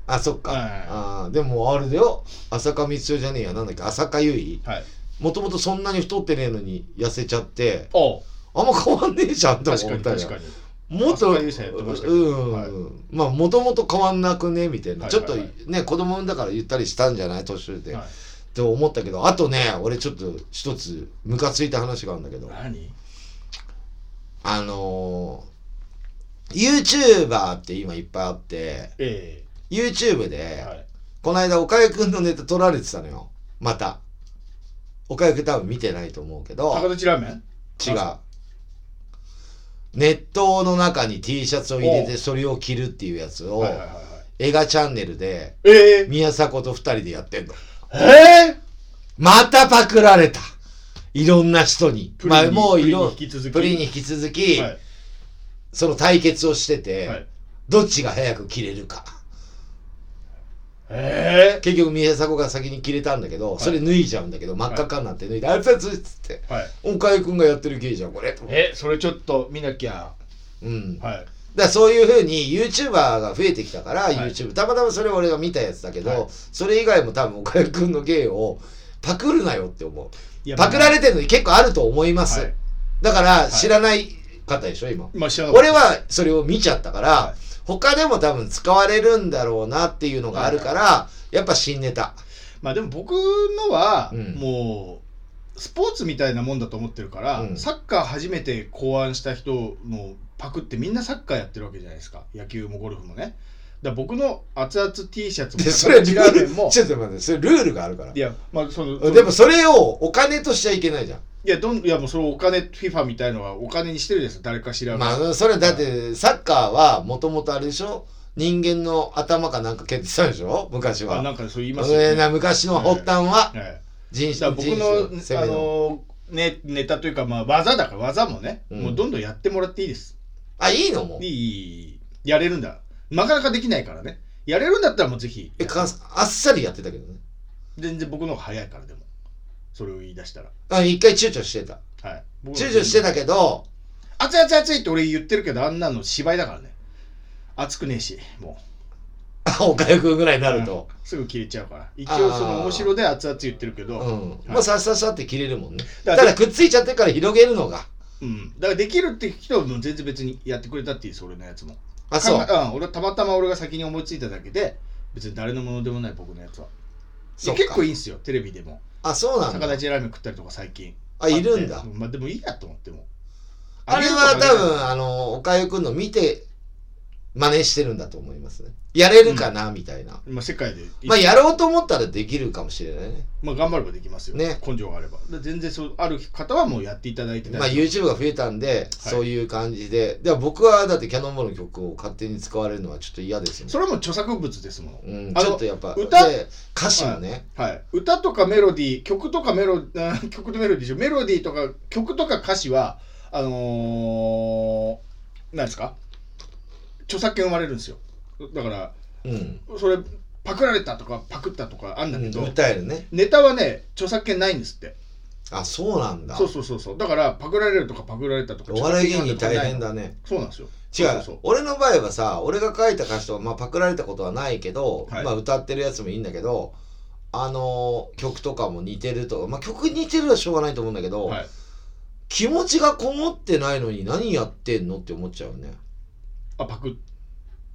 Speaker 1: あそっか、
Speaker 2: はい
Speaker 1: あーでもあれだよ浅香光代じゃねえやなんだっけ浅香唯衣
Speaker 2: はい
Speaker 1: もともとそんなに太ってねえのに痩せちゃって
Speaker 2: おう
Speaker 1: あんま変わんねえじゃんと思
Speaker 2: 確
Speaker 1: っ
Speaker 2: かに
Speaker 1: たよ
Speaker 2: 確かに
Speaker 1: もっと
Speaker 2: 浅香唯さんやってましたけど
Speaker 1: うん、
Speaker 2: はい
Speaker 1: まあもともと変わんなくねみたいな、
Speaker 2: はいはいはい
Speaker 1: ちょっとね子供産んだから言ったりしたんじゃない年上で、
Speaker 2: はい
Speaker 1: って思ったけどあとね俺ちょっと一つムカついた話があるんだけど
Speaker 2: 何
Speaker 1: あのー、YouTuber って今いっぱいあって
Speaker 2: え
Speaker 1: YouTube
Speaker 2: え
Speaker 1: で、
Speaker 2: はい
Speaker 1: この間岡井くんのネタ撮られてたのよまた岡井くん多分見てないと思うけど
Speaker 2: 高立ラーメン
Speaker 1: 違う熱湯の中に T シャツを入れ
Speaker 2: お
Speaker 1: て
Speaker 2: う
Speaker 1: それを着るっていうやつを、
Speaker 2: はいはいはいはい
Speaker 1: 映画チャンネルで
Speaker 2: ええ
Speaker 1: 宮迫と二人でやってんの
Speaker 2: ええ
Speaker 1: またパクられたいろんな人に
Speaker 2: プリンに
Speaker 1: まあ、もういろ
Speaker 2: プリンに引き続き
Speaker 1: プリンに引き続き、
Speaker 2: はい
Speaker 1: その対決をしてて、
Speaker 2: はい
Speaker 1: どっちが早く切れるか
Speaker 2: え
Speaker 1: 結局宮迫が先に切れたんだけど、
Speaker 2: い
Speaker 1: それ脱いじゃうんだけど真っ赤っかになって脱いで「あいつあいつ」っつって
Speaker 2: えはい
Speaker 1: 「岡井くんがやってる芸じゃんこれ」と思って
Speaker 2: えそれちょっと見なきゃ
Speaker 1: うん。
Speaker 2: はい
Speaker 1: だからそういうふうに YouTuber が増えてきたから、
Speaker 2: い
Speaker 1: YouTube たまたまそれ俺が見たやつだけど、
Speaker 2: はい
Speaker 1: それ以外も多分岡井くんの芸をパクるなよって思
Speaker 2: いうや
Speaker 1: パクられてるのに結構あると思います、
Speaker 2: はい
Speaker 1: だから
Speaker 2: い
Speaker 1: 知らない方でしょ今
Speaker 2: まあ知らなかった
Speaker 1: 俺はそれを見ちゃったから、
Speaker 2: はい
Speaker 1: 他でも多分使われるんだろうなっていうのがあるから、やっぱ新ネタ
Speaker 2: まあでも僕のは
Speaker 1: うん
Speaker 2: もうスポーツみたいなもんだと思ってるから、
Speaker 1: うん
Speaker 2: サッカー初めて考案した人のパクってみんなサッカーやってるわけじゃないですか野球もゴルフもねだから僕の熱々 T シャツも
Speaker 1: でそれ
Speaker 2: 高
Speaker 1: ル
Speaker 2: 知ラーメン
Speaker 1: ー
Speaker 2: も
Speaker 1: ルちょっと待ってそれルールがあるから
Speaker 2: いやまあその
Speaker 1: でもそれをお金としちゃいけないじゃん
Speaker 2: いやどんいやもうそれお金 FIFA みたいのはお金にしてるじゃないですか誰か知らない、
Speaker 1: まあそれだってサッカーはもともとあれでしょ人間の頭かなんか蹴ってたでしょ昔
Speaker 2: あ、
Speaker 1: は。
Speaker 2: なんかそう言いますよ
Speaker 1: え
Speaker 2: ね、
Speaker 1: な昔の発端は
Speaker 2: ええ
Speaker 1: 人
Speaker 2: だ
Speaker 1: 種
Speaker 2: から僕
Speaker 1: 人種の
Speaker 2: の
Speaker 1: 攻
Speaker 2: あ
Speaker 1: めの。
Speaker 2: のね、ネタというか、まあ、技だから技もね、
Speaker 1: うん
Speaker 2: もうどんどんやってもらっていいです
Speaker 1: あいいのもう
Speaker 2: いいやれるんだなかなかできないからねやれるんだったらもうぜひ
Speaker 1: えかあっさりやってたけどね。
Speaker 2: 全然僕の方が早いからでもそれを言い出したら
Speaker 1: あ一回躊躇してた。
Speaker 2: はい
Speaker 1: 躊躇してたけど
Speaker 2: 熱い熱い熱いって俺言ってるけどあんなの芝居だからね熱くねえしも
Speaker 1: あおかゆくんぐらいに
Speaker 2: う
Speaker 1: なると。
Speaker 2: すぐ切れちゃうから一応その面白で熱々言ってるけ
Speaker 1: うん
Speaker 2: ど、い
Speaker 1: もうさっさっさって切れるもんね。
Speaker 2: だ
Speaker 1: た
Speaker 2: から
Speaker 1: だくっついちゃってから広げるのが。
Speaker 2: うん、だからできるって人はもう全然別にやってくれたっていいです俺のやつも
Speaker 1: あそう
Speaker 2: 考えん、俺はたまたま俺が先に思いついただけで別に誰のものでもない僕のやつは
Speaker 1: そっか
Speaker 2: 結構いいんすよテレビでも
Speaker 1: あそうなん
Speaker 2: 逆
Speaker 1: だ
Speaker 2: 立。ちラーメン食ったりとか最近
Speaker 1: あいるんだ
Speaker 2: あっ。てまあ、でもいいやと思っても
Speaker 1: あれは多分、あの、おかゆくんの見て、真似してるんだと思いますね。やれるかな、みたいな。
Speaker 2: 分、まあ、世界で、
Speaker 1: ま
Speaker 2: ま
Speaker 1: あ、
Speaker 2: あ、
Speaker 1: やろうと思ったらできるかもしれないね。
Speaker 2: 頑張ればできますよ、
Speaker 1: ね
Speaker 2: 根性があればで全然そうある方はもうやっていただいて
Speaker 1: まあ、YouTube が増えたんで、そういう感じで。でも僕は、だってキャノンボールの曲を勝手に使われるのはちょっと嫌ですよね。
Speaker 2: それはもう著作物ですもの、
Speaker 1: うん、
Speaker 2: あの
Speaker 1: ちょっとやっぱ、
Speaker 2: 歌
Speaker 1: で歌詞もね、
Speaker 2: はい、歌とかメロディー曲とかメロ <laughs> 曲とメロディーでしょメロディーとか曲とか歌詞はあのー、なんですか著作権生まれるんですよだから
Speaker 1: うん、
Speaker 2: それパクられたとかパクったとかあんだけど、
Speaker 1: 歌えるね。
Speaker 2: ネタはね著作権ないんですって
Speaker 1: あ、そうなんだ
Speaker 2: そ。うそうそうそうだからパクられるとかパクられたとか
Speaker 1: お笑い芸人
Speaker 2: 著作
Speaker 1: 大
Speaker 2: 権がない
Speaker 1: 変だね。
Speaker 2: そうなんですよ
Speaker 1: 違う
Speaker 2: そうそう
Speaker 1: 俺の場合はさ俺が書いた歌詞とか、まあ、パクられたことはないけど、
Speaker 2: はい
Speaker 1: まあ、歌ってるやつもいいんだけどあのー曲とかも似てるとか、まあ、曲似てるはしょうがないと思うんだけど、
Speaker 2: そうはい
Speaker 1: 気持ちがこもってないのに何やってんのって思っちゃうよね。
Speaker 2: あパクっ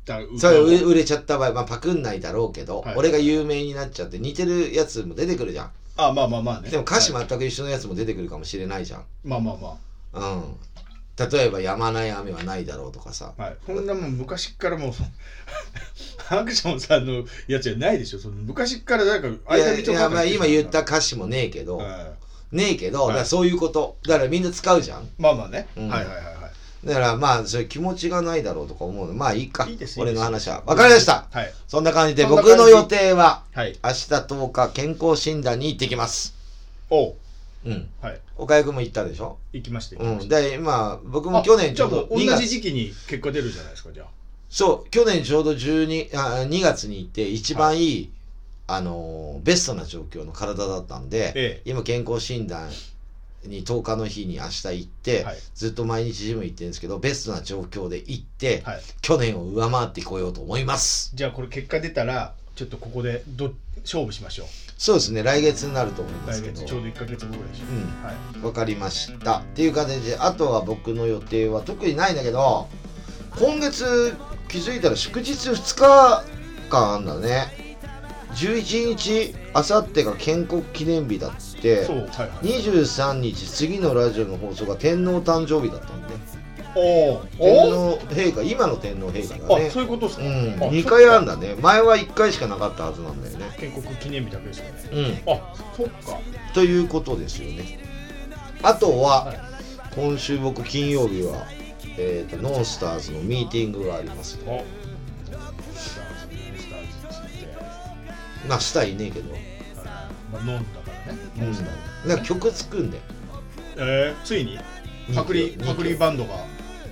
Speaker 2: た歌を
Speaker 1: それ売れ売れちゃった場合、まあ、パクんないだろうけど、
Speaker 2: はい
Speaker 1: 俺が有名になっちゃって似てるやつも出てくるじゃん。
Speaker 2: あまあまあまあね
Speaker 1: でも歌詞
Speaker 2: は
Speaker 1: 全く一緒のやつも出てくるかもしれないじゃん。
Speaker 2: いまあまあま
Speaker 1: うん。例えば「やまない雨はないだろう」とかさ
Speaker 2: あはいそんなもん昔っからもう <laughs> そアクションさんのやつじゃないでしょその昔っから誰か
Speaker 1: いやい
Speaker 2: 道を
Speaker 1: や、まあ、
Speaker 2: 書いてる
Speaker 1: 今言った歌詞もねえけど、
Speaker 2: はい
Speaker 1: ねえけど、
Speaker 2: はい
Speaker 1: だからそういうことだからみんな使うじゃん
Speaker 2: まあまあね、
Speaker 1: うん
Speaker 2: はいはいはいは
Speaker 1: だからまあそれ気持ちがないだろうとか思うのまあいいか
Speaker 2: いいいです
Speaker 1: 俺の
Speaker 2: いいで
Speaker 1: 話
Speaker 2: す
Speaker 1: は分かりました
Speaker 2: いはい
Speaker 1: そんな感じで
Speaker 2: そんな
Speaker 1: 僕
Speaker 2: 感じ
Speaker 1: の予定は
Speaker 2: はい
Speaker 1: 明日10日健康診断に行ってきます
Speaker 2: おう
Speaker 1: うん
Speaker 2: はい
Speaker 1: 岡井君も行ったでしょ
Speaker 2: 行きまして行き
Speaker 1: う
Speaker 2: まし
Speaker 1: ん
Speaker 2: て
Speaker 1: で今僕も
Speaker 2: あ
Speaker 1: 去年ち
Speaker 2: じ
Speaker 1: ょ
Speaker 2: ゃ
Speaker 1: う
Speaker 2: あも
Speaker 1: ど
Speaker 2: う
Speaker 1: 2
Speaker 2: 同じ
Speaker 1: 月
Speaker 2: 時期に結果出るじゃないですかじゃあ
Speaker 1: そう去年ちょうど12あ2月に行って一番いい、あのーベストな状況の体だったんで、
Speaker 2: ええ
Speaker 1: 今健康診断に10日の日に明日行って、
Speaker 2: はい
Speaker 1: ずっと毎日ジム行ってるんですけどベストな状況で行って、
Speaker 2: はい
Speaker 1: 去年を上回ってこようと思います
Speaker 2: じゃあこれ結果出たらちょっとここでど勝負しましょう
Speaker 1: そうですね来月になると思います
Speaker 2: 来
Speaker 1: けど
Speaker 2: 月ちょうど1か月後ぐらいでしょ、
Speaker 1: う
Speaker 2: はい
Speaker 1: んわかりましたっていう感じであとは僕の予定は特にないんだけど今月気づいたら祝日2日間あんだね11日あさってが建国記念日だっつって
Speaker 2: そうはいはい
Speaker 1: 23日次のラジオの放送が天皇誕生日だったんで
Speaker 2: おー
Speaker 1: 天
Speaker 2: お
Speaker 1: 皇陛下今の天皇陛下が
Speaker 2: ーあ
Speaker 1: ね
Speaker 2: そういうことですか、
Speaker 1: うん
Speaker 2: あ
Speaker 1: 2回あん
Speaker 2: だ
Speaker 1: だね前は1回しかなかったはずなんだよね
Speaker 2: 建国記念日だけですよね
Speaker 1: うん
Speaker 2: あそっか
Speaker 1: ということですよねあとは、
Speaker 2: はい
Speaker 1: 今週僕金曜日は、えー、とノンスターズのミーティングがあります
Speaker 2: おスターズスターズつって
Speaker 1: まあしたいねえけど、
Speaker 2: あのまあ飲んだからね
Speaker 1: う
Speaker 2: 飲
Speaker 1: ん
Speaker 2: んだ、
Speaker 1: なんか曲作んだよ
Speaker 2: えー、ついにパクリ
Speaker 1: 二曲
Speaker 2: パクリバンドが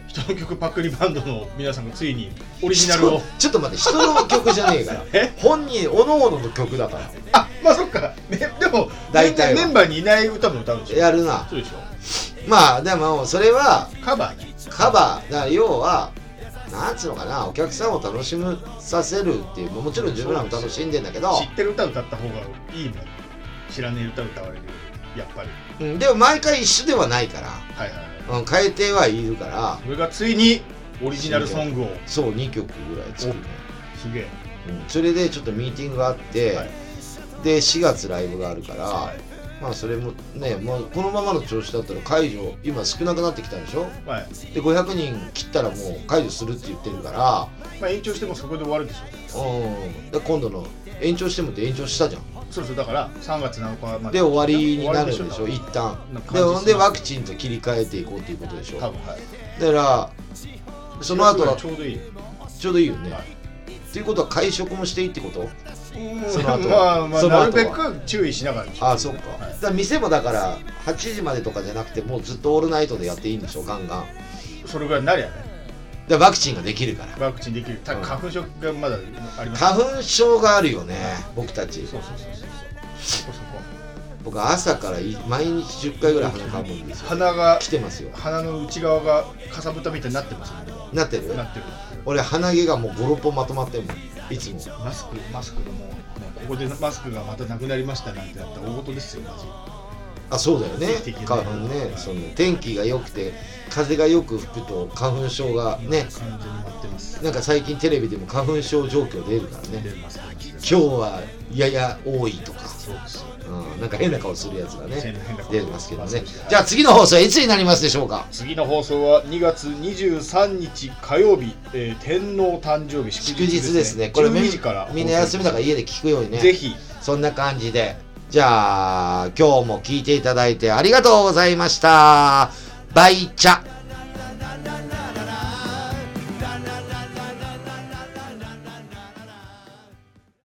Speaker 2: 人の曲パクリバンドの皆さんがついにオリジナルを
Speaker 1: 人ちょっと待って人の曲じゃねえから
Speaker 2: <laughs> え
Speaker 1: 本人おののの曲だか
Speaker 2: あまあそっか、ね、でも
Speaker 1: 大体は
Speaker 2: メンバーにいない歌も歌うんで
Speaker 1: ら
Speaker 2: しょ
Speaker 1: やるな
Speaker 2: そうでしょ
Speaker 1: まあでもそれは
Speaker 2: カバーね
Speaker 1: カバーだから要はなんつうのかなお客さんを楽しむさせるっていうもうもちろん自分らも楽しんでんだけど
Speaker 2: 知ってる歌歌った方がいいもん知らねえ歌歌われるよりやっぱり
Speaker 1: うんでも毎回一緒ではないか
Speaker 2: はいはいはい
Speaker 1: ら、うん、変えてはいるから
Speaker 2: それがついにオリジナルソングを
Speaker 1: そう2曲ぐらい作るね、
Speaker 2: すげえ
Speaker 1: うんそれでちょっとミーティングがあって、
Speaker 2: はい
Speaker 1: で4月ライブがあるから、
Speaker 2: は
Speaker 1: まあそれもね、まあ、このままの調子だったら解除今少なくなってきたでしょ
Speaker 2: い、はい
Speaker 1: で500人切ったらもう解除するって言ってるから
Speaker 2: まあ、延長してもそこで終わるでしょ
Speaker 1: うんで今度の延長してもって延長したじゃん
Speaker 2: そうそうだから3月7日まで
Speaker 1: で終わりになるでしょ一旦
Speaker 2: なんか
Speaker 1: でほんで
Speaker 2: 感じします
Speaker 1: ワクチンと切り替えていこうっていうことでしょ
Speaker 2: 多
Speaker 1: だ
Speaker 2: 分はい
Speaker 1: からその後は
Speaker 2: ちょうどいい
Speaker 1: ちょうどいいよね
Speaker 2: はい
Speaker 1: っていうことは会食もしていいってことその後
Speaker 2: まあまあ
Speaker 1: その後は
Speaker 2: なるべく注意しながらでしょ
Speaker 1: ああそっか,、
Speaker 2: はい
Speaker 1: だから店もだから8時までとかじゃなくてもうずっとオールナイトでやっていいんでしょガンガン
Speaker 2: それぐらいになりゃね
Speaker 1: でワクチンができるから
Speaker 2: ワクチンできるた
Speaker 1: うん
Speaker 2: 花粉症がまだあります
Speaker 1: 花粉症があるよね僕たち
Speaker 2: そうそうそうそうそうそこ
Speaker 1: 僕朝からい毎日10回ぐらい鼻かむんです
Speaker 2: そこ
Speaker 1: よ
Speaker 2: 鼻が
Speaker 1: 来てますよ
Speaker 2: 鼻の内側がかさぶたみたいになってますよね
Speaker 1: なってる
Speaker 2: なってる
Speaker 1: 俺鼻毛がもう56本まとまってんもんいつも
Speaker 2: マスクマスクがもう、ね、ここでマスクがまたなくなりましたなんてだったら大事ですよマジ
Speaker 1: あそうだよね
Speaker 2: 定期的に
Speaker 1: 花粉ねその天気が良くて風がよく吹くと花粉症がね
Speaker 2: 完全に待ってます
Speaker 1: なんか最近テレビでも花粉症状況出るからね
Speaker 2: でマスクして
Speaker 1: 今日はやや多いとか、
Speaker 2: そうですよ
Speaker 1: うん、なんか変な顔するやつがね
Speaker 2: 変な変な顔
Speaker 1: 出てますけどね
Speaker 2: はい
Speaker 1: じゃあ次の放送はいつになりますでしょうか
Speaker 2: 次の放送は2月23日火曜日、えー天皇誕生日祝
Speaker 1: 祝
Speaker 2: 日ですね
Speaker 1: 日ですねこれみ
Speaker 2: 12時から
Speaker 1: みんな休みだから
Speaker 2: い
Speaker 1: 家で聞くようにね
Speaker 2: ぜひ
Speaker 1: そんな感じでじゃあ今日も聞いていただいてありがとうございましたバイチャ